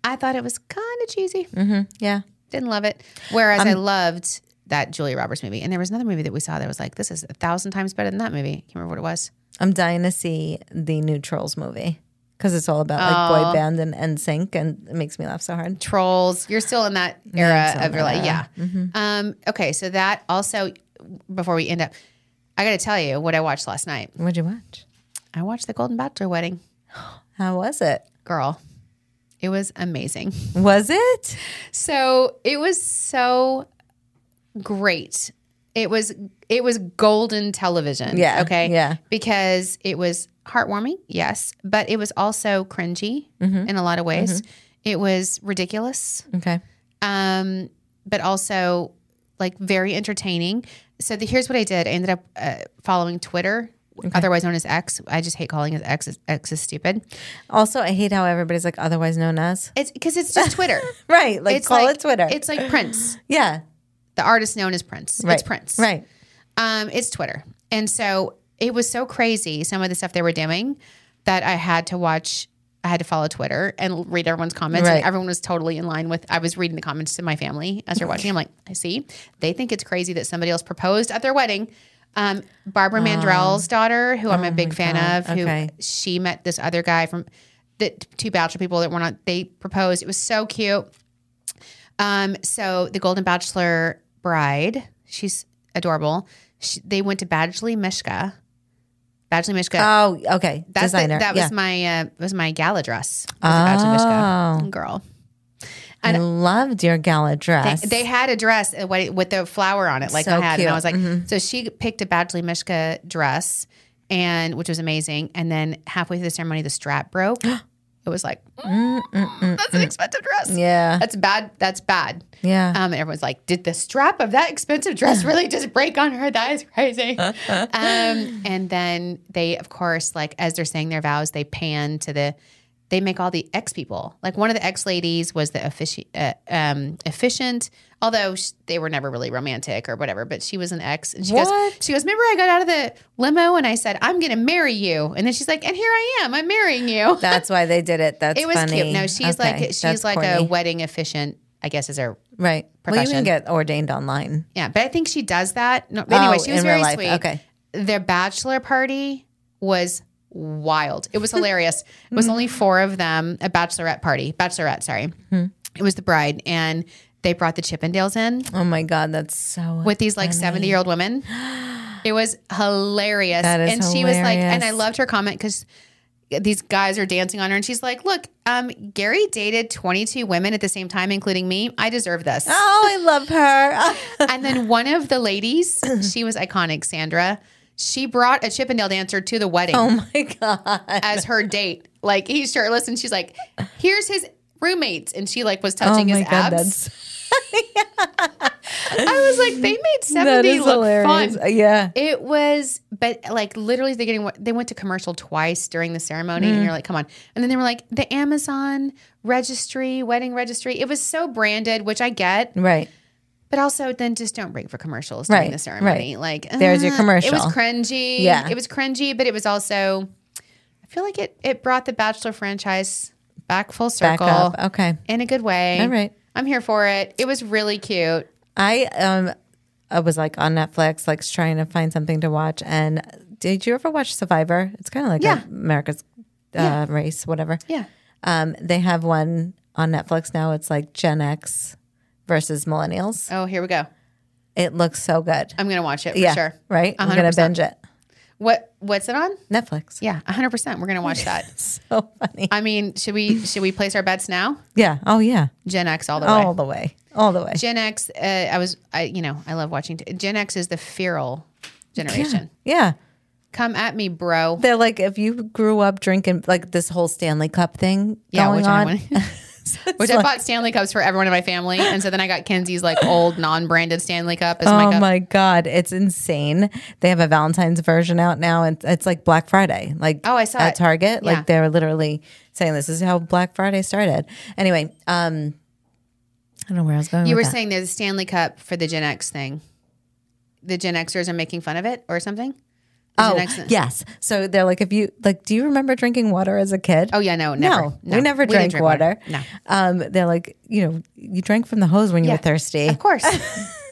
S2: I thought it was kind of cheesy.
S4: Mm-hmm. Yeah.
S2: Didn't love it. Whereas I loved that Julia Roberts movie, and there was another movie that we saw that was like, this is a thousand times better than that movie. Can't remember what it was.
S4: I'm dying to see the new Trolls movie because it's all about like
S2: Oh.
S4: boy band and NSYNC, and it makes me laugh so hard.
S2: trolls. You're still in that era
S4: still in
S2: of your
S4: that
S2: life. Yeah.
S4: era. Mm-hmm.
S2: Um, okay. So that also, before we end up, I got to tell you what I watched last night.
S4: What'd you watch?
S2: I watched the Golden Bachelor wedding.
S4: How was it?
S2: Girl, it was amazing.
S4: Was it?
S2: So it was so great It was it was golden television.
S4: Yeah,
S2: Okay.
S4: yeah.
S2: Because it was heartwarming, yes, but it was also cringy
S4: Mm-hmm.
S2: in a lot of ways. It was ridiculous,
S4: Okay.
S2: um, but also like very entertaining. So the, here's what I did. I ended up uh, following Twitter, otherwise known as X. I just hate calling it X. X is stupid.
S4: Also, I hate how everybody's like otherwise known as.
S2: It's because it's just Twitter.
S4: Right. Like
S2: it's
S4: call
S2: like,
S4: it Twitter.
S2: It's like Prince.
S4: yeah.
S2: The artist known as Prince.
S4: Right.
S2: It's Prince.
S4: Right.
S2: Um, it's Twitter. And so it was so crazy, some of the stuff they were doing, that I had to watch, I had to follow Twitter and read everyone's comments.
S4: Right.
S2: And everyone was totally in line with, I was reading the comments to my family as they're watching. I'm like, I see. They think it's crazy that somebody else proposed at their wedding. Um, Barbara Mandrell's daughter, who I'm a big fan of, who
S4: Oh Okay.
S2: she met this other guy from the two Bachelor people that were not, they proposed. It was so cute. Um, so the Golden Bachelor bride, she's adorable. She, they went to Badgley Mishka. Badgley Mishka.
S4: Oh, okay.
S2: That's the-
S4: Designer.
S2: that
S4: yeah.
S2: was my uh, was my gala dress. Was a Badgley
S4: Oh.
S2: Mishka girl.
S4: I loved your gala
S2: They,
S4: dress.
S2: they had a dress uh, what- with the flower on it, like
S4: So
S2: I had, and
S4: cute. Mm-hmm.
S2: I was like, so she picked a Badgley Mishka dress, and which was amazing. And then halfway through the ceremony, the strap broke. it was like, that's an expensive dress.
S4: Mm, yeah.
S2: that's bad. That's bad.
S4: yeah.
S2: Um, and everyone's like, did the strap of that expensive dress really just break on her? That is crazy. um, and then they, of course, like as they're saying their vows, they pan to the, they make all the ex people. Like one of the ex ladies was the effici- uh, um, efficient, although sh- they were never really romantic or whatever, but she was an ex. And she goes,
S4: What?
S2: she goes, remember I got out of the limo and I said, I'm going to marry you. And then she's like, and here I am, I'm marrying you.
S4: that's why they did it. That's
S2: it was
S4: funny.
S2: cute. No, she's
S4: Okay,
S2: like, she's
S4: that's
S2: like a
S4: corny.
S2: wedding efficient, I guess is her
S4: right. Well, you
S2: profession.
S4: can get ordained online.
S2: Yeah, but I think she does that. No, but anyway,
S4: Oh,
S2: she was
S4: in real
S2: very
S4: life.
S2: sweet.
S4: Okay.
S2: Their bachelor party was wild. It was hilarious. it
S4: Mm-hmm.
S2: was only four of them, a bachelorette party, bachelorette, sorry.
S4: Hmm.
S2: It was the bride, and they brought the Chippendales in
S4: Oh my god, that's so.
S2: with these like 70 year old women. It was hilarious.
S4: That is
S2: and she was like, and I
S4: hilarious.
S2: loved her comment because these guys are dancing on her. And she's like, look, um, Gary dated 22 women at the same time, including me. I deserve this.
S4: oh, I love her.
S2: And then one of the ladies, she was iconic, Sandra. She brought a Chippendale dancer to the wedding
S4: oh my god.
S2: as her date. Like he's shirtless, and she's like, "Here's his roommates," and she like was touching
S4: Oh
S2: his abs.
S4: that's
S2: I was like, "They made
S4: that
S2: seventy
S4: is
S2: look
S4: hilarious.
S2: fun."
S4: Yeah.
S2: It was, but like literally, they are getting they went to commercial twice during the ceremony,
S4: Mm.
S2: and you're like, "Come on!" And then they were like, "The Amazon registry, wedding registry." It was so branded, which I get.
S4: Right.
S2: But also, then just don't break for commercials
S4: Right,
S2: during the ceremony. Like
S4: There's your
S2: uh,
S4: commercial.
S2: It was cringy.
S4: Yeah.
S2: it was cringy, but it was also. I feel like it it brought the Bachelor franchise back full
S4: Back
S2: circle
S4: up. Okay.
S2: in a good way.
S4: All right.
S2: I'm here for it. It was really cute.
S4: I um I was like on Netflix, like trying to find something to watch. And did you ever watch Survivor? It's kind of like
S2: Yeah.
S4: America's uh, race, whatever.
S2: Yeah.
S4: Um, they have one on Netflix now. It's like Gen X versus Millennials.
S2: Oh, here we go.
S4: It looks so good.
S2: I'm gonna watch it for
S4: yeah.
S2: sure.
S4: Right. i am gonna
S2: 100%.
S4: binge it.
S2: What what's it on?
S4: Netflix.
S2: Yeah, 100. percent We're gonna watch that.
S4: So funny.
S2: I mean, should we should we place our bets now?
S4: Yeah. Oh yeah.
S2: Gen X all the way.
S4: All the way. All the way.
S2: Gen X. Uh, I was I you know I love watching. T- Gen X is the feral generation.
S4: Yeah.
S2: Come at me, bro.
S4: They're like if you grew up drinking like this whole Stanley Cup thing
S2: Yeah,
S4: going
S2: which I
S4: on.
S2: wanna- Which I bought Stanley cups for everyone in my family, and so then I got Kenzie's like old non-branded Stanley cup as my
S4: Oh
S2: cup.
S4: my god, it's insane! They have a Valentine's version out now, and it's like Black Friday. Like
S2: Oh, I saw
S4: at
S2: it.
S4: Target.
S2: Yeah.
S4: Like they're literally saying this is how Black Friday started. Anyway, um, I don't know where I was going.
S2: you were
S4: with that.
S2: saying there's a Stanley cup for the Gen X thing. The Gen Xers are making fun of it or something. The Gen X-
S4: oh yes. So they're like, if you like, do you remember drinking water as a kid?
S2: Oh yeah, no, never.
S4: No, we never drank
S2: didn't drink
S4: water.
S2: No,
S4: Um, they're like, you know, you drank from the hose when you
S2: Yeah.
S4: were thirsty.
S2: of course.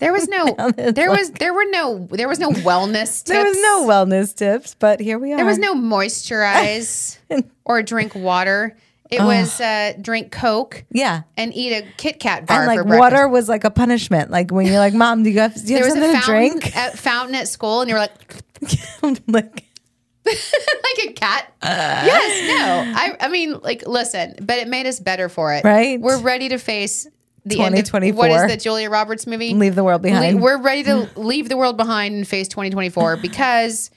S2: There was no. There was there were no there was no wellness. Tips.
S4: There was no wellness tips, but here we are.
S2: There was no moisturize or drink water. It was uh, drink Coke
S4: yeah.
S2: and eat a Kit Kat bar
S4: And like
S2: for breakfast.
S4: water was like a punishment. Like when you're like, Mom, do you have, do you have something to
S2: fountain
S4: drink?
S2: At, fountain at school, and you were like,
S4: like
S2: like a cat.
S4: Uh.
S2: yes, no. I, I mean, like, listen, but it made us better for it.
S4: Right.
S2: We're ready to face the end of what
S4: 2024.
S2: is that Julia Roberts movie?
S4: Leave the World Behind. Mm.
S2: Le- we're ready to leave the world behind and face 2024 because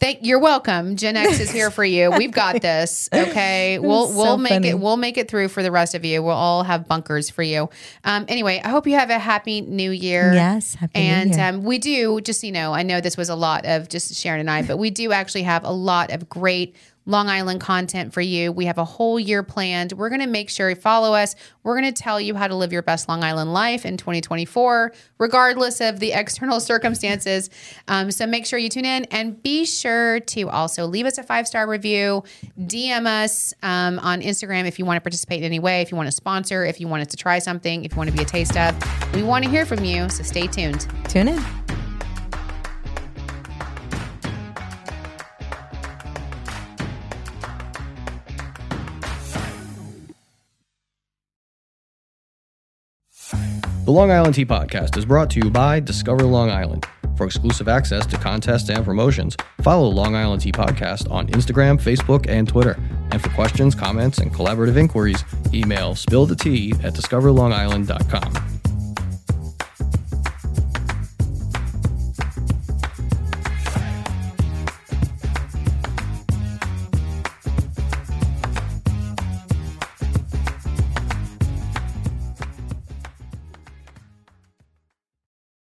S2: thank you're welcome. Gen X is here for you. We've got this. Okay, we'll
S4: so
S2: we'll make
S4: funny.
S2: it. We'll make it through for the rest of you. We'll all have bunkers for you. Um, anyway, I hope you have a happy New Year.
S4: Yes, happy New
S2: and
S4: Year.
S2: um, we do just so you know. I know this was a lot of just Sharon and I, but we do actually have a lot of great. Long Island content for you. We have a whole year planned. We're going to make sure you follow us. We're going to tell you how to live your best Long Island life in 2024, regardless of the external circumstances. Um, so make sure you tune in and be sure to also leave us a five star review, DM us um, on Instagram if you want to participate in any way, if you want to sponsor, if you want us to try something, if you want to be a taste of. We want to hear from you. So stay tuned.
S4: Tune in.
S3: The Long Island Tea Podcast is brought to you by Discover Long Island. For exclusive access to contests and promotions, follow the Long Island Tea Podcast on Instagram, Facebook, and Twitter. And for questions, comments, and collaborative inquiries, email spillthetea at discoverlongisland.com.